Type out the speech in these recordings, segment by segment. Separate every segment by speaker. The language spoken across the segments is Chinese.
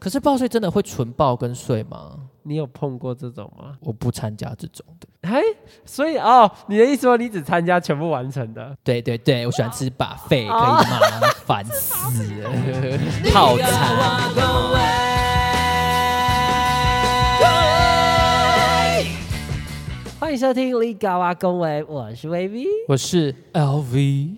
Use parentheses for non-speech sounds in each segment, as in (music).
Speaker 1: 可是报税真的会纯报跟税吗？
Speaker 2: 你有碰过这种吗？
Speaker 1: 我不参加这种的。
Speaker 2: 哎，所以哦，你的意思说你只参加全部完成的？
Speaker 1: 对对对，我喜欢吃把费，可以吗？烦死 (laughs) 了，套餐。
Speaker 2: 欢迎收听《立高啊恭维》，我是 VV
Speaker 1: 我是 LV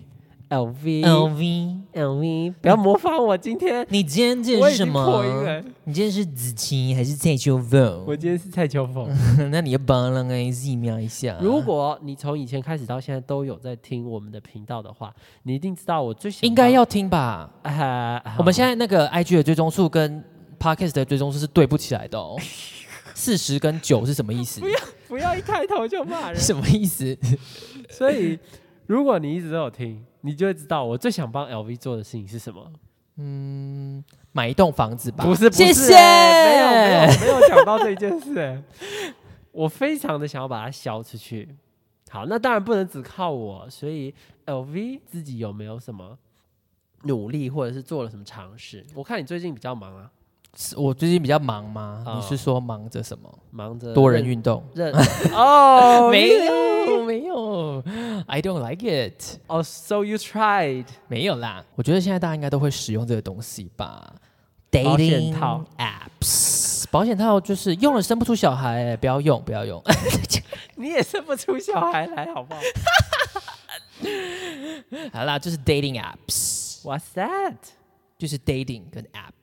Speaker 2: LV
Speaker 1: LV，
Speaker 2: LV，不要模仿我今天。
Speaker 1: 你今天这
Speaker 2: 我
Speaker 1: 是
Speaker 2: 已
Speaker 1: 什
Speaker 2: 经破音
Speaker 1: 么
Speaker 2: 了？
Speaker 1: 你今天是子琪还是蔡秋
Speaker 2: 我
Speaker 1: 凤？
Speaker 2: 今天是蔡秋凤。
Speaker 1: (laughs) 那你要帮啷个自己瞄一下。
Speaker 2: 如果你从以前开始到现在都有在听我们的频道的话，你一定知道我最想
Speaker 1: 应该要听吧？
Speaker 2: 呃，
Speaker 1: 我们
Speaker 2: 先
Speaker 1: 现在那个 IG 的追踪数跟 Podcast 的追踪数是对不起来
Speaker 2: (laughs)
Speaker 1: 的哦。四十跟九是什么意思？
Speaker 2: 不要一开头就骂人。
Speaker 1: 什么意思？
Speaker 2: 所以，如果你一直都有听，你就会知道我最想帮 LV 做的事情是什么。
Speaker 1: 买一栋房子吧？
Speaker 2: 不是，不是
Speaker 1: 谢谢。
Speaker 2: 欸没有，没有，没有讲到这一件事、
Speaker 1: (laughs)
Speaker 2: 欸。我非常的想要把它销出去。好，那当然不能只靠我，所以 LV 自己有没有什么努力，或者是做了什么尝试？我看你最近比较忙啊，
Speaker 1: 我最近比较忙吗？
Speaker 2: 哦
Speaker 1: 你是说忙着什么？
Speaker 2: 忙着
Speaker 1: 多人
Speaker 2: 认
Speaker 1: 运动？
Speaker 2: 认
Speaker 1: (laughs)
Speaker 2: 哦，
Speaker 1: 没
Speaker 2: 你
Speaker 1: 有，没有，I don't like it，
Speaker 2: 哦，so you tried (laughs)
Speaker 1: 没有啦。我觉得现在大家应该都会使用这个东西吧
Speaker 2: 保险
Speaker 1: ，dating
Speaker 2: 套
Speaker 1: apps，保险套就是用了生不出小孩、不要用，不要用。 (laughs)
Speaker 2: 你也生不出小孩来，好不好
Speaker 1: 好啦，就是 dating apps，
Speaker 2: ？What's that？
Speaker 1: 就是 dating 跟 app。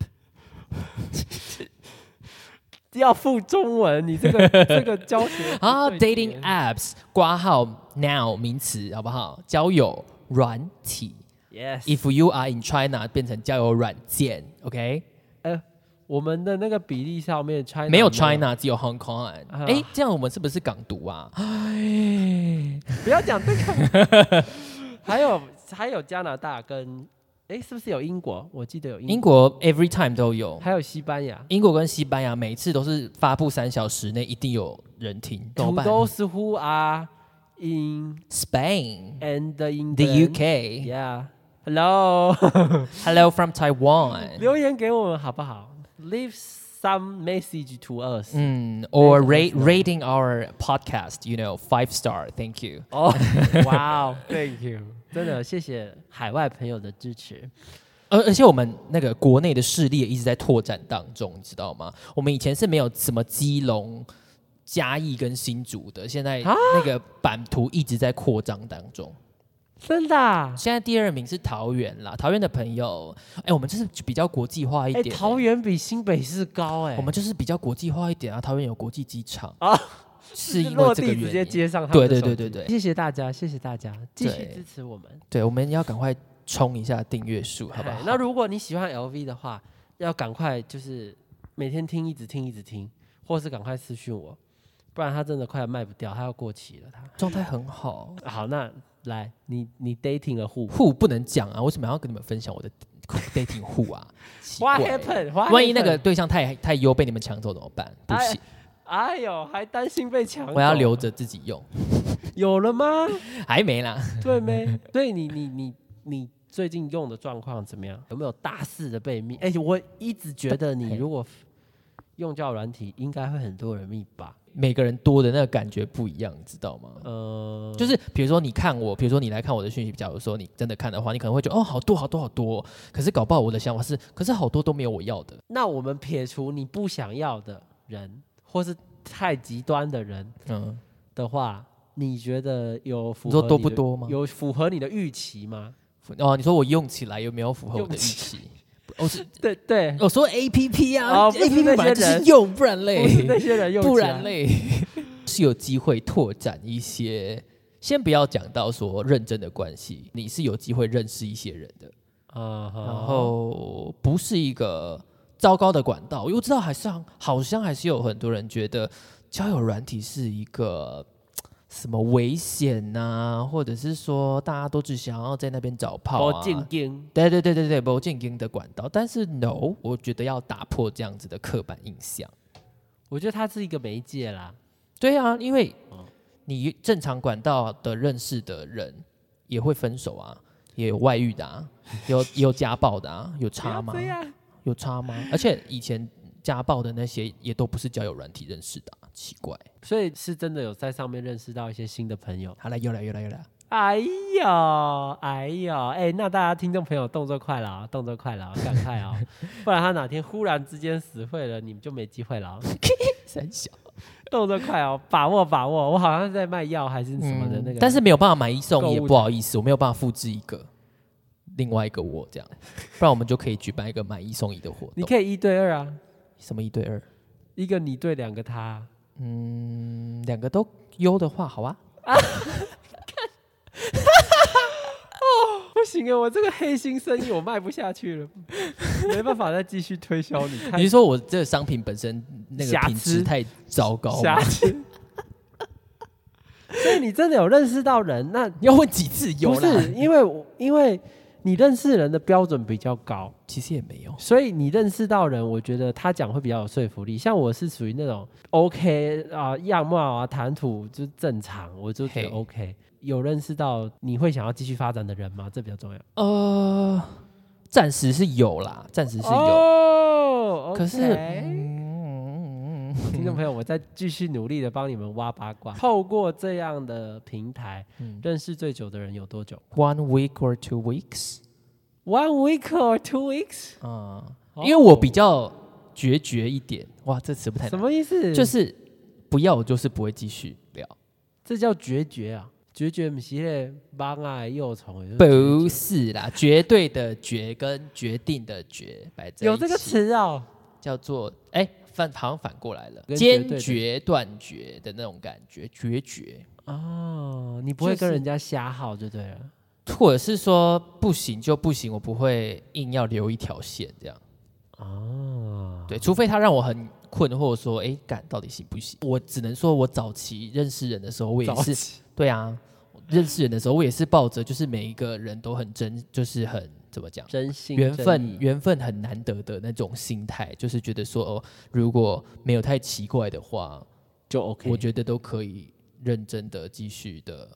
Speaker 2: 要附中文，你
Speaker 1: (laughs)
Speaker 2: 这个这个教学不
Speaker 1: 啊
Speaker 2: 对
Speaker 1: ，dating
Speaker 2: 劲
Speaker 1: apps 挂号 now 名词好不好？交友软体
Speaker 2: Yes，
Speaker 1: ，if you are in China 变成交友软件，OK？
Speaker 2: 呃，我们的那个比例上面 China
Speaker 1: 没有 China，只有 Hong Kong。
Speaker 2: 啊嗯
Speaker 1: 哎，这样我们是不是港独啊？
Speaker 2: (laughs) 不要讲这个。 (laughs) 还有还有加拿大跟哎，是不是有英国？我记得有
Speaker 1: 英
Speaker 2: 英国，
Speaker 1: 国 every time 都有，
Speaker 2: 还有西班牙，
Speaker 1: 英国跟西班牙每次都是发布三小时内一定有人听，怎么办
Speaker 2: those who are in
Speaker 1: ？Spain,
Speaker 2: and in
Speaker 1: the UK,
Speaker 2: Yeah，hello，
Speaker 1: hello from Taiwan.
Speaker 2: (laughs) 留言给我们好不好？Leave some message to us。
Speaker 1: 嗯，or rate rating our podcast, you know, five star, thank you.
Speaker 2: 哦，哇哦，Thank you，真的谢谢海外朋友的支持。
Speaker 1: 而而且我们那个国内的势力也一直在拓展当中，你知道吗？我们以前是没有什么基隆、嘉义跟新竹的，现在
Speaker 2: 啊
Speaker 1: 那个版图一直在扩张当中。
Speaker 2: 真的、啊？
Speaker 1: 现在第二名是桃园啦，桃园的朋友，哎、我们就是比较国际化一
Speaker 2: 哎、
Speaker 1: 点、欸
Speaker 2: 桃园比新北市高哎、
Speaker 1: 我们就是比较国际化一点啊，桃园有国际机场
Speaker 2: 啊
Speaker 1: 啊，是因为
Speaker 2: (laughs) 落
Speaker 1: 这
Speaker 2: 地
Speaker 1: 个
Speaker 2: 直接
Speaker 1: 原因。
Speaker 2: 接上他
Speaker 1: 对
Speaker 2: 们的
Speaker 1: 对
Speaker 2: 手
Speaker 1: 对
Speaker 2: 机。
Speaker 1: 对对
Speaker 2: 谢谢大家，谢谢大家，继续
Speaker 1: 对
Speaker 2: 支持我们，
Speaker 1: 对，我们要赶快冲一下订阅数，好不
Speaker 2: 哎
Speaker 1: 好？
Speaker 2: 那如果你喜欢 LV 的话，要赶快就是每天听，一直听，一直听，或是赶快私讯我，不然它真的快要卖不掉，它要过期了。它
Speaker 1: 状态很好，
Speaker 2: 好，那来你你 dating 了户
Speaker 1: 户不能讲啊，为什么要跟你们分享我的 dating 户
Speaker 2: (laughs)
Speaker 1: 啊？奇怪
Speaker 2: ，What happened？What
Speaker 1: 万一那个
Speaker 2: happened？
Speaker 1: 对象太太优被你们抢走怎么办？不行，
Speaker 2: 哎呦，还担心被抢走，
Speaker 1: 我要留着自己用，
Speaker 2: 有了吗？
Speaker 1: 还没啦。 (laughs)
Speaker 2: 对没？对你你你你最近用的状况怎么样？有没有大肆的被密？哎、我一直觉得你
Speaker 1: 嘿
Speaker 2: 如果用交友软体，应该会很多人密吧？
Speaker 1: 每个人多的那个感觉不一样，你知道吗？
Speaker 2: 呃，
Speaker 1: 就是比如说你看我，比如说你来看我的讯息，假如说你真的看的话，你可能会觉得哦好多好多好多，可是搞不好我的想法是，可是好多都没有我要的。
Speaker 2: 那我们撇除你不想要的人，或是太极端的人
Speaker 1: 嗯，
Speaker 2: 的话，你觉得有符
Speaker 1: 你
Speaker 2: 合
Speaker 1: 说
Speaker 2: 你
Speaker 1: 多不
Speaker 2: 的？
Speaker 1: 多吗？
Speaker 2: 有符合你的预期吗？
Speaker 1: 哦，你说我用起来有没有符合我的预
Speaker 2: 用
Speaker 1: 期？我哦是
Speaker 2: (laughs) 对
Speaker 1: (laughs)
Speaker 2: 对，
Speaker 1: 我说 A P P 啊
Speaker 2: 哦不是
Speaker 1: ，A P P
Speaker 2: 那些
Speaker 1: 本来就是
Speaker 2: 人
Speaker 1: 用，不然嘞，
Speaker 2: 不是那些人用起来，
Speaker 1: 不然嘞， (laughs) 是有机会拓展一些。先不要讲到说认真的关系，你是有机会认识一些人的，
Speaker 2: 啊哈，
Speaker 1: 然后不是一个糟糕的管道。我知道还是好像还是有很多人觉得交友软体是一个嘖什么危险呐、或者是说大家都只想要在那边找炮
Speaker 2: 我
Speaker 1: 啊。
Speaker 2: 进京
Speaker 1: 对对对对对，不进经的管道，但是 no，我觉得要打破这样子的刻板印象。
Speaker 2: 我觉得它是一个媒介啦。
Speaker 1: 对啊，因为你正常管道的认识的人也会分手啊，也有外遇的啊，有也有家暴的啊，有差吗？
Speaker 2: 对呀，
Speaker 1: 有差吗？而且以前家暴的那些也都不是交友软体认识的啊、奇怪。
Speaker 2: 所以是真的有在上面认识到一些新的朋友。
Speaker 1: 好了，又来又来又来，
Speaker 2: 哎呦，哎呦，哎，那大家听众朋友动作快了啊，动作快了啊，赶快 (laughs) 啊，不然他哪天忽然之间死会了，你们就没机会了啊。
Speaker 1: 三小
Speaker 2: 动作快哦，把握把握。我好像是在卖药嗯还是什么的那个，
Speaker 1: 嗯但是没有办法买一送一，也
Speaker 2: 购物
Speaker 1: 不好意思，我没有办法复制一个另外一个我这样，不然我们就可以举办一个买一送一的活动。
Speaker 2: 你可以一对二啊，
Speaker 1: 什么一对二？
Speaker 2: 一个你对两个他。啊
Speaker 1: 嗯，两个都优的话，好啊。
Speaker 2: 不行啊，我这个黑心生意我卖不下去了， (laughs) 没办法再继续推销你。太
Speaker 1: 你是说我这个商品本身那个
Speaker 2: 瑕疵
Speaker 1: 品质太糟糕吗
Speaker 2: 瑕？疵。 (laughs) 所以你真的有认识到人，那
Speaker 1: 你要问几次有
Speaker 2: 不
Speaker 1: 啦
Speaker 2: 是？因为我因为你认识人的标准比较高，
Speaker 1: 其实也没有。
Speaker 2: 所以你认识到人，我觉得他讲会比较有说服力。像我是属于那种 OK 啊、样貌啊、谈吐就正常，我就觉得
Speaker 1: 嘿
Speaker 2: OK。有认识到你会想要继续发展的人吗？这比较重要。
Speaker 1: 呃，暂时是有啦，暂时是有。
Speaker 2: 哦
Speaker 1: 可是
Speaker 2: OK
Speaker 1: 嗯
Speaker 2: 听众朋友，我再继续努力的帮你们挖八卦。透过这样的平台，
Speaker 1: 嗯
Speaker 2: 认识最久的人有多久
Speaker 1: (laughs) ，one week or two weeks
Speaker 2: ？One week or two weeks？
Speaker 1: 啊、
Speaker 2: 哦
Speaker 1: 因为我比较决绝一点。哇，这词不太
Speaker 2: 什
Speaker 1: 能，
Speaker 2: 么意思？
Speaker 1: 就是不要，我就是不会继续聊。
Speaker 2: 这叫决绝啊！决绝不是咧，帮啊幼虫，也就是
Speaker 1: 不是啦，绝对的绝跟决定的决摆在
Speaker 2: 有
Speaker 1: 一
Speaker 2: 这个
Speaker 1: 起
Speaker 2: 词哦。
Speaker 1: 叫做哎反好像反过来了，
Speaker 2: 跟绝对
Speaker 1: 坚
Speaker 2: 的
Speaker 1: 决断绝的那种感觉，决绝，
Speaker 2: 哦，你不会
Speaker 1: 就是
Speaker 2: 跟人家瞎耗就对了。
Speaker 1: 或者是说不行就不行，我不会硬要留一条线这样。
Speaker 2: 哦，
Speaker 1: 对，除非他让我很困惑，说哎干到底行不行？我只能说我早期认识人的时候，我也
Speaker 2: 早
Speaker 1: 是
Speaker 2: 期
Speaker 1: 对啊，认识人的时候我也是抱着就是每一个人都很真，就是很怎么讲。
Speaker 2: 真心
Speaker 1: 缘
Speaker 2: 真
Speaker 1: 分
Speaker 2: 意
Speaker 1: 缘分很难得的那种心态，就是觉得说哦，如果没有太奇怪的话，
Speaker 2: 就 OK。
Speaker 1: 我觉得都可以认真的继续的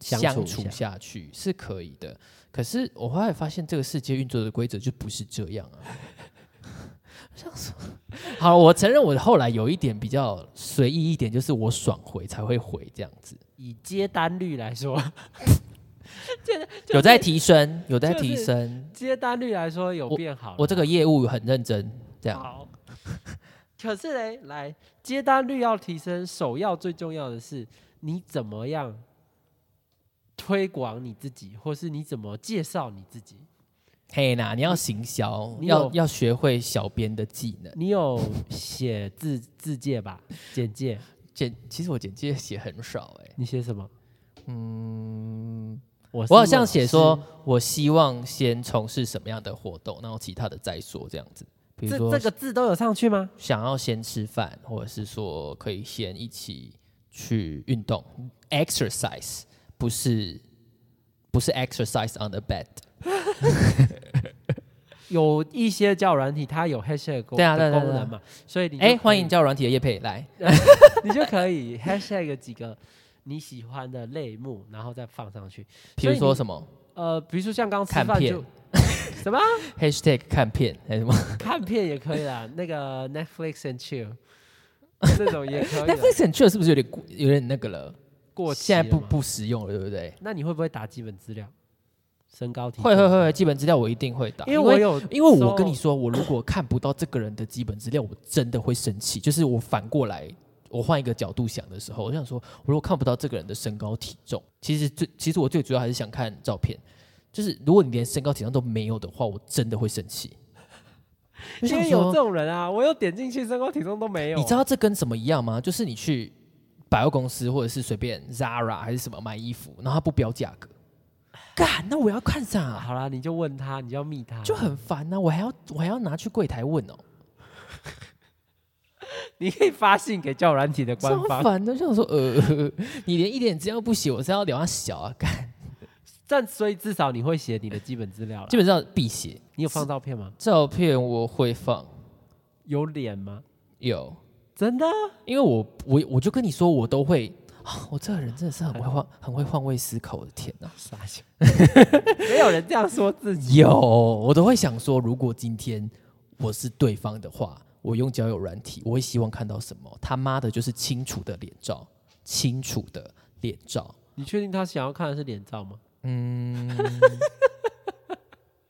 Speaker 2: 相
Speaker 1: 相
Speaker 2: 处一
Speaker 1: 处
Speaker 2: 下
Speaker 1: 下去是可以的。可是我后来发现，这个世界运作的规则就不是这样
Speaker 2: (laughs)
Speaker 1: 啊。我想说，好，我承认我后来有一点比较随意一点，就是我爽回才会回这样子，
Speaker 2: 以接单率来说， (laughs)
Speaker 1: 有在提升，有在
Speaker 2: 就
Speaker 1: 提
Speaker 2: 是
Speaker 1: 升。
Speaker 2: 接单率来说有变好了
Speaker 1: 我这个业务很认真，这样
Speaker 2: 好。 (laughs) 可是嘞，来接单率要提升，首要最重要的是你怎么样推广你自己，或是你怎么介绍你自己。
Speaker 1: 嘿啦，你要行销，
Speaker 2: 你
Speaker 1: 要
Speaker 2: 有
Speaker 1: 要学会小编的技能。
Speaker 2: 你有写字字介吧？简介
Speaker 1: 简其实我简介写很少哎、
Speaker 2: 你写什么？
Speaker 1: 嗯，
Speaker 2: 我是
Speaker 1: 我好像
Speaker 2: 老
Speaker 1: 写
Speaker 2: 师
Speaker 1: 说，我希望先从事什么样的活动，然后其他的再说这样子。比如
Speaker 2: 这
Speaker 1: 说，
Speaker 2: 这个字都有上去吗？
Speaker 1: 想要先吃饭，或者是说可以先一起去运动，exercise，不是不是 exercise on the bed。
Speaker 2: 有一些交友软体它有 hashtag 功
Speaker 1: 对啊对
Speaker 2: 的
Speaker 1: 啊对啊
Speaker 2: 功
Speaker 1: 对啊
Speaker 2: 能嘛，所以你
Speaker 1: 哎、
Speaker 2: 就可
Speaker 1: 欢
Speaker 2: 以
Speaker 1: 迎，叫软体的叶佩来。
Speaker 2: 你就可以 hashtag 几个你喜欢的类目，然后再放上去。
Speaker 1: 比如
Speaker 2: 所以
Speaker 1: 说
Speaker 2: 你
Speaker 1: 什么
Speaker 2: 呃，比如说像刚吃
Speaker 1: 看
Speaker 2: 饭
Speaker 1: 片
Speaker 2: 就 (laughs) 什么
Speaker 1: hashtag 看片还是什么
Speaker 2: 看片也可以
Speaker 1: (laughs)
Speaker 2: 啦，那个 Netflix and chill 那种也可以啦。
Speaker 1: ？Netflix and chill 是不是有点过有点那个了？
Speaker 2: 过期
Speaker 1: 现在不
Speaker 2: 了嘛，
Speaker 1: 不实用了，对不对？
Speaker 2: 那你会不会打基本资料？身高体
Speaker 1: 会会
Speaker 2: 重
Speaker 1: 会，会，基本资料我一定会打，
Speaker 2: 因为我有，
Speaker 1: 因为我跟你，说，我如果看不到这个人的基本资料，我真的会生气。就是我反过来，我换一个角度想的时候，我想说，我如果看不到这个人的身高体重，其实最其实我最主要还是想看照片。就是如果你连身高体重都没有的话，我真的会生
Speaker 2: (laughs)
Speaker 1: 气。我
Speaker 2: 因
Speaker 1: 想
Speaker 2: 为有
Speaker 1: 说
Speaker 2: 这种人啊，我有点进去，身高体重都没有。
Speaker 1: 你知道这跟什么一样吗？就是你去百货公司或者是随便 Zara 还是什么买衣服，然后他不标价格，干，那我要看
Speaker 2: 啊？
Speaker 1: 啥？
Speaker 2: 好啦，你就问他，你就要密
Speaker 1: (laughs)
Speaker 2: 他，
Speaker 1: 就很烦啊呐、我还要我还要拿去柜台问哦。
Speaker 2: 你可以发信给教软体的官
Speaker 1: 超
Speaker 2: 方，
Speaker 1: 烦的，就想说呃， (laughs) 你连一点资料不写，我是要聊他小啊，干，
Speaker 2: 但所以至少你会写你的基本资料了
Speaker 1: 基。本上必写。
Speaker 2: 你有放照片吗？
Speaker 1: 照片我会放
Speaker 2: 有脸吗？
Speaker 1: 有，
Speaker 2: 真的？
Speaker 1: 因为我我我就跟你说，我都会。啊我这个人真的是很会换，很会换位思考。我的天呐、
Speaker 2: (laughs) 傻笑，没有人这样说自己。
Speaker 1: 有我都会想说，如果今天我是对方的话，我用交友软体，我会希望看到什么？他妈的，就是清楚的脸照，清楚的脸照。
Speaker 2: 你确定他想要看的是脸照吗？
Speaker 1: 嗯
Speaker 2: (laughs)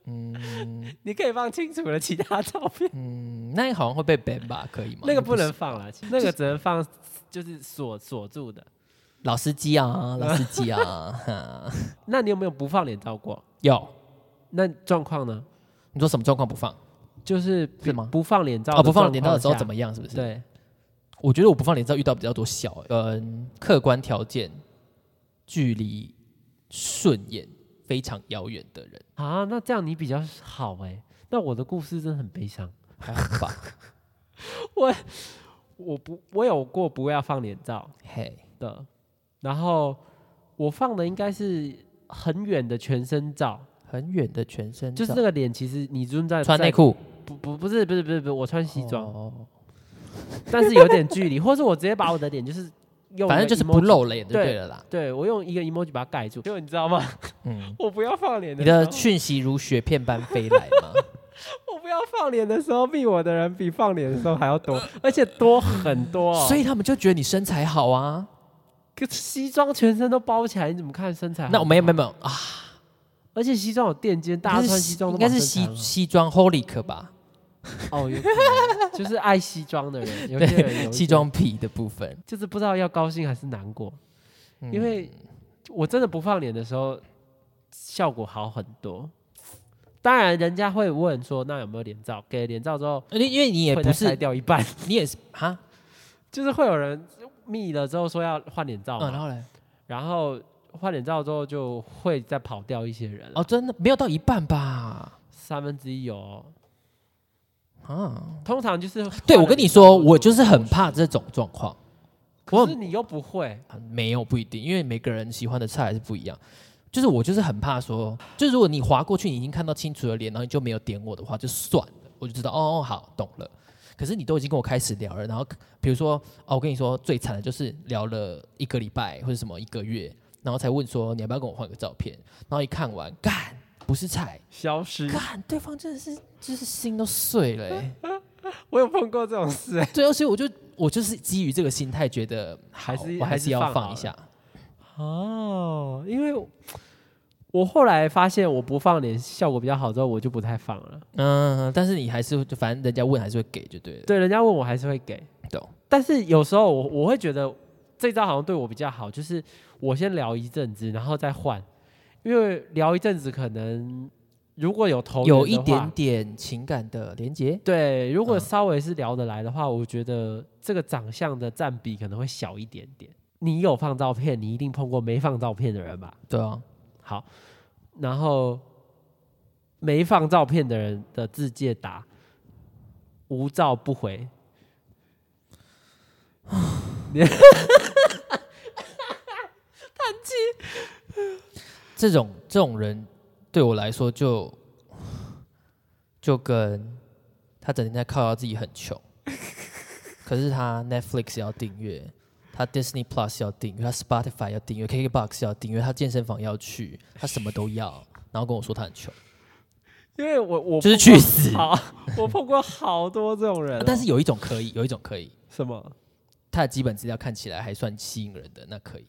Speaker 2: 你可以放清楚了其他照片，
Speaker 1: 嗯，那好像会被 ban 吧？可以吗？
Speaker 2: 那个
Speaker 1: 不
Speaker 2: 不能放了，那个只能放就是锁锁住的。
Speaker 1: 老司机啊，老司机啊，
Speaker 2: (laughs)
Speaker 1: 哈
Speaker 2: 那你有没有不放脸照过？
Speaker 1: 有
Speaker 2: 那状况呢？
Speaker 1: 你说什么状况不放？
Speaker 2: 就是
Speaker 1: 是吗
Speaker 2: 不放脸照
Speaker 1: 哦，不放脸照的时
Speaker 2: 状
Speaker 1: 候
Speaker 2: 况下
Speaker 1: 怎么样？是不是？
Speaker 2: 对？
Speaker 1: 我觉得我不放脸照遇到比较多小、欸，嗯，客观条件距离顺眼非常遥远的人，
Speaker 2: 啊，那这样你比较好哎、那我的故事真的很悲伤。
Speaker 1: 还好
Speaker 2: (laughs)
Speaker 1: 吧？
Speaker 2: 我不，我有过不要放脸照
Speaker 1: 嘿，
Speaker 2: 的，然后我放的应该是很远的全身照，
Speaker 1: 很远的全身
Speaker 2: 就是啊
Speaker 1: 照
Speaker 2: 那个脸，其实你蹲在
Speaker 1: 穿内，
Speaker 2: 在
Speaker 1: 裤、
Speaker 2: 不不不是不是不是不是，我穿西装，
Speaker 1: 哦
Speaker 2: 但是有点距离，或是我直接把我的脸就是用，
Speaker 1: 反正就是不。露脸就对了啦。
Speaker 2: 对，我用一个 emoji 把它盖住，结果你知道 (laughs) 吗？
Speaker 1: 嗯，
Speaker 2: 我不要放脸
Speaker 1: 你
Speaker 2: 时候
Speaker 1: 的讯息如雪片般飞来
Speaker 2: (laughs)
Speaker 1: 嘛？
Speaker 2: 我不要放脸的时候，密我的人比放脸的时候还要多， (laughs) 而且多很多、哦。
Speaker 1: 所以他们就觉得你身材好啊。
Speaker 2: 可西装全身都包起来，你怎么看身材好不好？
Speaker 1: 那我没有没有没有啊，
Speaker 2: 而且西装有垫肩，大家穿西装都
Speaker 1: 应该是
Speaker 2: 蛮正
Speaker 1: 西
Speaker 2: 常啊
Speaker 1: 西装 holic 吧？
Speaker 2: 的哦，有可
Speaker 1: (laughs)
Speaker 2: 能就是爱西装的人，有些人有一
Speaker 1: 西装皮的部分，嗯
Speaker 2: 就是不知道要高兴还是难过，因为我真的不放脸的时候，效果好很多。当然，人家会问说，那有没有脸照？给了脸照之后，
Speaker 1: 因为因呃为你也
Speaker 2: 会
Speaker 1: 不
Speaker 2: 再筛
Speaker 1: 是，
Speaker 2: 掉一半，
Speaker 1: (laughs)
Speaker 2: (laughs)
Speaker 1: 你也是啊哈，
Speaker 2: 就是会有人密了之后说要换脸照嘛
Speaker 1: 嗯，然后嘞，
Speaker 2: 然后换脸照之后就会再跑掉一些人，
Speaker 1: 哦，真的没有到一半吧？
Speaker 2: 三分之一有哦、
Speaker 1: 啊，
Speaker 2: 通常就是
Speaker 1: 对
Speaker 2: 换
Speaker 1: 我
Speaker 2: 了
Speaker 1: 跟你
Speaker 2: 脸照之
Speaker 1: 说，
Speaker 2: 后
Speaker 1: 我就是很怕这种状况。
Speaker 2: 可是你又不会，
Speaker 1: 啊没有不一定，因为每个人喜欢的菜还是不一样。就是我就是很怕说，就如果你划过去，你已经看到清楚的脸，然后你就没有点我的话，就算了，我就知道哦哦好懂了。可是你都已经跟我开始聊了，然后比如说哦，我跟你说最惨的就是聊了一个礼拜或者什么一个月，然后才问说你要不要跟我换个照片，然后一看完干不是菜，
Speaker 2: 消失
Speaker 1: 干对方真的是就是心都碎了、
Speaker 2: 啊
Speaker 1: 欸。
Speaker 2: 我有碰过这种事、哎，
Speaker 1: 对啊，所以我就我就是基于这个心态，觉得
Speaker 2: 还
Speaker 1: 好
Speaker 2: 是
Speaker 1: 我还
Speaker 2: 还
Speaker 1: 是
Speaker 2: 是
Speaker 1: 要
Speaker 2: 放
Speaker 1: 放
Speaker 2: 好
Speaker 1: 一下。
Speaker 2: 哦，因为我我后来发现我不放脸效果比较好之后，我就不太放了。
Speaker 1: 嗯，但是你还是会反正人家问还是会给就对了。
Speaker 2: 对，人家问我还是会给，
Speaker 1: 懂。
Speaker 2: 但是有时候我我会觉得这招好像对我比较好，就是我先聊一阵子，然后再换，因为聊一阵子可能如果有投缘
Speaker 1: 有
Speaker 2: 的
Speaker 1: 一
Speaker 2: 话
Speaker 1: 点点情感的连接，
Speaker 2: 对，如果
Speaker 1: 嗯
Speaker 2: 稍微是聊得来的话，我觉得这个长相的占比可能会小一点点。你有放照片，你一定碰过没放照片的人吧？
Speaker 1: 对啊，
Speaker 2: 好，然后没放照片的人的字界打无照不回。
Speaker 1: 这种这种人对我来说就就跟他整天在靠到自己很穷，可是他 Netflix 要订阅，他 Disney Plus 要订阅，他 Spotify 要订阅，KKBox 要订阅，他健身房要去，他什么都要，然后跟我说他很穷，
Speaker 2: 因为我我
Speaker 1: 就是
Speaker 2: 碰过
Speaker 1: 去死
Speaker 2: 好，我碰过好多这种 (laughs) 人哦、
Speaker 1: 但是有一种可以，有一种可以，
Speaker 2: 什么
Speaker 1: 他的基本资料看起来还算吸引人的，那可以。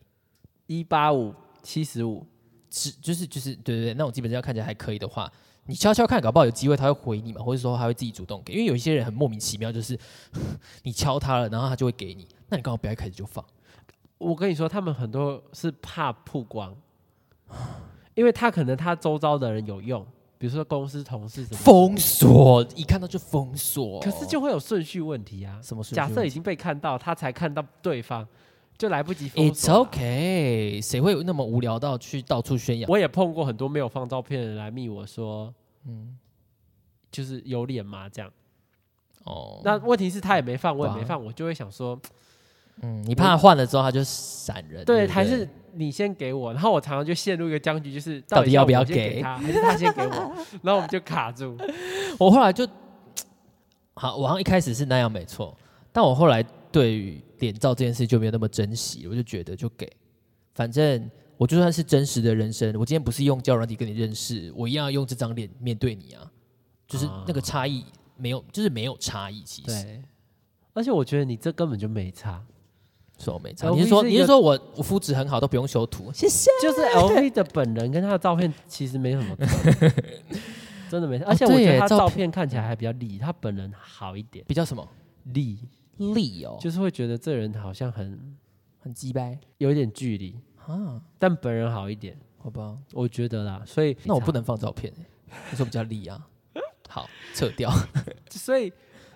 Speaker 2: 一八五七十五
Speaker 1: 只就是就是对对对，那种基本上看起来还可以的话，你悄悄看，搞不好有机会他会回你嘛，或者说他会自己主动给，因为有一些人很莫名其妙，就是 (laughs) 你敲他了，然后他就会给你，那你刚好不要一开始就放，
Speaker 2: 我跟你说，他们很多是怕曝光，因为他可能他周遭的人有用，比如说公司同事什么，
Speaker 1: 封锁，一看到就封锁，
Speaker 2: 可是就会有顺序问题啊。
Speaker 1: 什么顺序
Speaker 2: 假设
Speaker 1: 问
Speaker 2: 已经被看到，他才看到对方，就来不及封
Speaker 1: It's
Speaker 2: 锁啊。
Speaker 1: okay，谁会那么无聊到去到处宣扬？
Speaker 2: 我也碰过很多没有放照片的人来密我说，嗯，就是有脸吗？这样。
Speaker 1: 哦，
Speaker 2: 那问题是他也没放，我也
Speaker 1: 对啊
Speaker 2: 没放，我就会想说，
Speaker 1: 嗯，你怕换了之后他就闪人，对不对，
Speaker 2: 对，还是你先给我，然后我常常就陷入一个僵局，就是
Speaker 1: 到底要不
Speaker 2: 是我
Speaker 1: 要
Speaker 2: 先
Speaker 1: 给
Speaker 2: 给他，还是他先给
Speaker 1: (laughs)
Speaker 2: 我，然后我们就卡住。
Speaker 1: 我后来就，好，我好像一开始是那样没错，但我后来对于脸照这件事就没有那么珍惜，我就觉得就给，反正我就算是真实的人生，我今天不是用交友软体跟你认识，我一样要用这张脸面对你啊，就是那个差异没有，就是没有差异。其实
Speaker 2: 对，而且我觉得你这根本就没 (laughs) 差，
Speaker 1: 说没差，
Speaker 2: LV
Speaker 1: 你是说
Speaker 2: 是一
Speaker 1: 你
Speaker 2: 个
Speaker 1: 是说我我肤质很好都不用修图？谢谢。
Speaker 2: 就是 LV 的本人跟他的照片其实没什么 (laughs) 差，真的没差。而且我
Speaker 1: 对
Speaker 2: 觉得
Speaker 1: 耶
Speaker 2: 他
Speaker 1: 照
Speaker 2: 哦照片看起来还比较立，他本人好一点，
Speaker 1: 比较什么
Speaker 2: 立
Speaker 1: 力哦，
Speaker 2: 就是会觉得这人好像很
Speaker 1: 很鸡掰
Speaker 2: 有一点距离，
Speaker 1: 啊，
Speaker 2: 但本人好一点，
Speaker 1: 好吧，
Speaker 2: 我觉得啦。所以
Speaker 1: 那我不能放照片， (laughs) 你说比较力啊。好，撤掉。
Speaker 2: 所以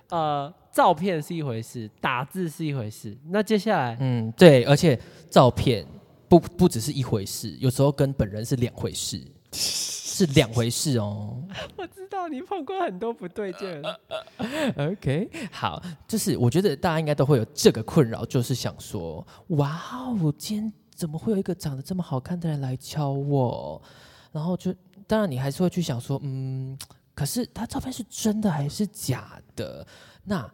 Speaker 2: 呃，照片是一回事，打字是一回事。那接下来，
Speaker 1: 嗯，对，而且照片不不只是一回事，有时候跟本人是两回事，是两回事哦。
Speaker 2: (laughs) 我知道你碰过很多不对劲儿，
Speaker 1: OK，好，就是我觉得大家应该都会有这个困扰，就是想说，哇哦，今天怎么会有一个长得这么好看的人来敲我？然后就，当然你还是会去想说，嗯，可是他照片是真的还是假的？那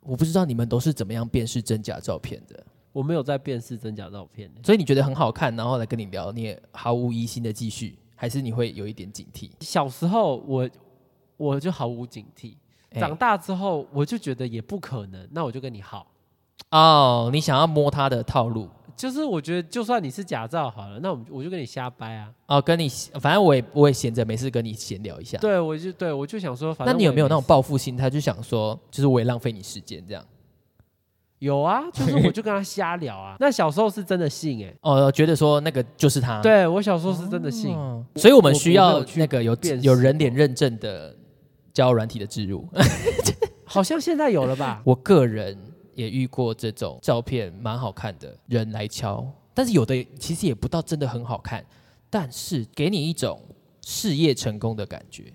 Speaker 1: 我不知道你们都是怎么样辨识真假照片的，
Speaker 2: 我没有在辨识真假照片呢。
Speaker 1: 所以你觉得很好看，然后来跟你聊，你也毫无疑心的继续，还是你会有一点警惕？
Speaker 2: 小时候我我就毫无警惕，
Speaker 1: 哎
Speaker 2: 长大之后我就觉得也不可能，那我就跟你好。
Speaker 1: 哦，你想要摸他的套路，
Speaker 2: 就是我觉得，就算你是假照好了，那我们我就跟你瞎掰啊。
Speaker 1: 哦，跟你反正我也我也闲着没事跟你闲聊一下。
Speaker 2: 对，我就对我就想说，反
Speaker 1: 那
Speaker 2: 正
Speaker 1: 你有没有那
Speaker 2: 我
Speaker 1: 种
Speaker 2: 也
Speaker 1: 报复心态，就想说，就是我也浪费你时间这样？
Speaker 2: 有啊？就是我就跟他瞎聊
Speaker 1: (laughs)
Speaker 2: 啊。那小时候是真的信哎、
Speaker 1: 哦，觉得说那个就是他，，
Speaker 2: 对我小时候是真的信，
Speaker 1: 嗯，所以我们
Speaker 2: 我
Speaker 1: 需
Speaker 2: 我没
Speaker 1: 要
Speaker 2: 有去
Speaker 1: 那个有
Speaker 2: 辨识
Speaker 1: 有人脸认证的交友软体的植入。
Speaker 2: 好像现在有了吧？
Speaker 1: 我个人也遇过这种照片蛮好看的人来敲，但是有的其实也不到真的很好看，但是给你一种事业成功的感
Speaker 2: (laughs)
Speaker 1: 觉，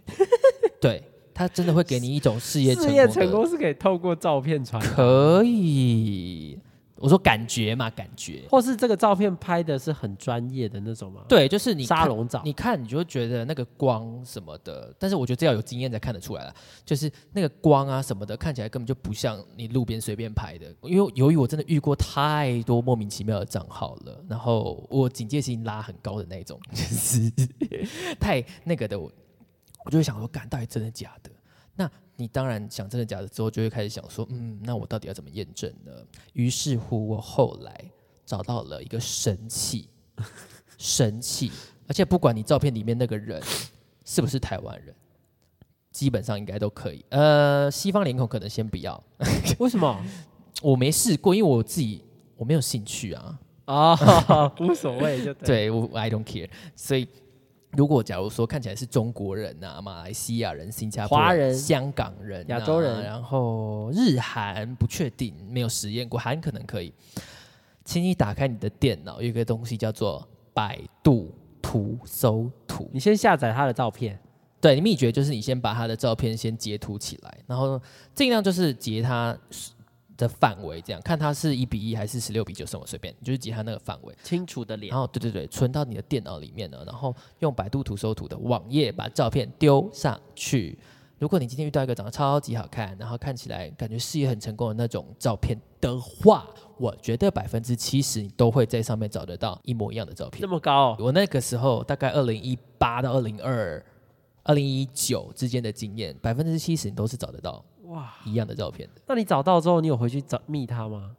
Speaker 1: 对他真的会给你一种 (laughs) 事业成
Speaker 2: 事
Speaker 1: 功
Speaker 2: 业
Speaker 1: 的
Speaker 2: 成功是可以透过照片传达，
Speaker 1: 可以，我说感觉嘛，感觉。
Speaker 2: 或是这个照片拍的是很专业的那种吗？，
Speaker 1: 对，就是你
Speaker 2: 沙
Speaker 1: 看
Speaker 2: 龙照。
Speaker 1: 你看，你就会觉得那个光什么的，但是我觉得这要有经验才看得出来了。就是那个光啊什么的，看起来根本就不像你路边随便拍的。因为由于我真的遇过太多莫名其妙的账号了，然后我警戒心拉很高的那一种， (laughs) 就是太那个的我，我就会想说，干到底真的假的？那你当然想真的假的之后，就会开始想说，嗯，那我到底要怎么验证呢？于是乎，我后来找到了一个神器， (laughs) 神器，而且不管你照片里面那个人 (coughs) 是不是台湾人，基本上应该都可以。呃，西方脸孔可能先不要，
Speaker 2: 为什
Speaker 1: (laughs)
Speaker 2: 么？
Speaker 1: 我没试过，因为我自己我没有兴趣啊。
Speaker 2: 哦，无所谓就对。
Speaker 1: 对我，I don't care。所以，如果假如说看起来是中国人啊、马来西亚人、新加坡
Speaker 2: 华人
Speaker 1: 香港人、啊
Speaker 2: 亚洲人
Speaker 1: 然后日韩不确定，没有实验过，韩可能可以。请你打开你的电脑，有一个东西叫做百度图搜图。
Speaker 2: 你先下载他的照片，
Speaker 1: 对，秘诀就是你先把他的照片先截图起来，然后尽量就是截他的范围，这样看他是一比一还是十六比九什么随便，你就是截他那个范围。
Speaker 2: 清楚的脸
Speaker 1: 然。后对对对，存到你的电脑里面呢，然后用百度图搜图的网页把照片丢上去。如果你今天遇到一个长得超级好看，然后看起来感觉事业很成功的那种照片的话，我觉得百分之七十你都会在上面找得到一模一样的照片
Speaker 2: 这。么高、哦，
Speaker 1: 我那个时候大概二零一八到二零二、二零一九之间的经验，百分之七十你都是找得到
Speaker 2: 哇！
Speaker 1: 一样的照片的。
Speaker 2: 那你找到之后，你有回去找密他吗？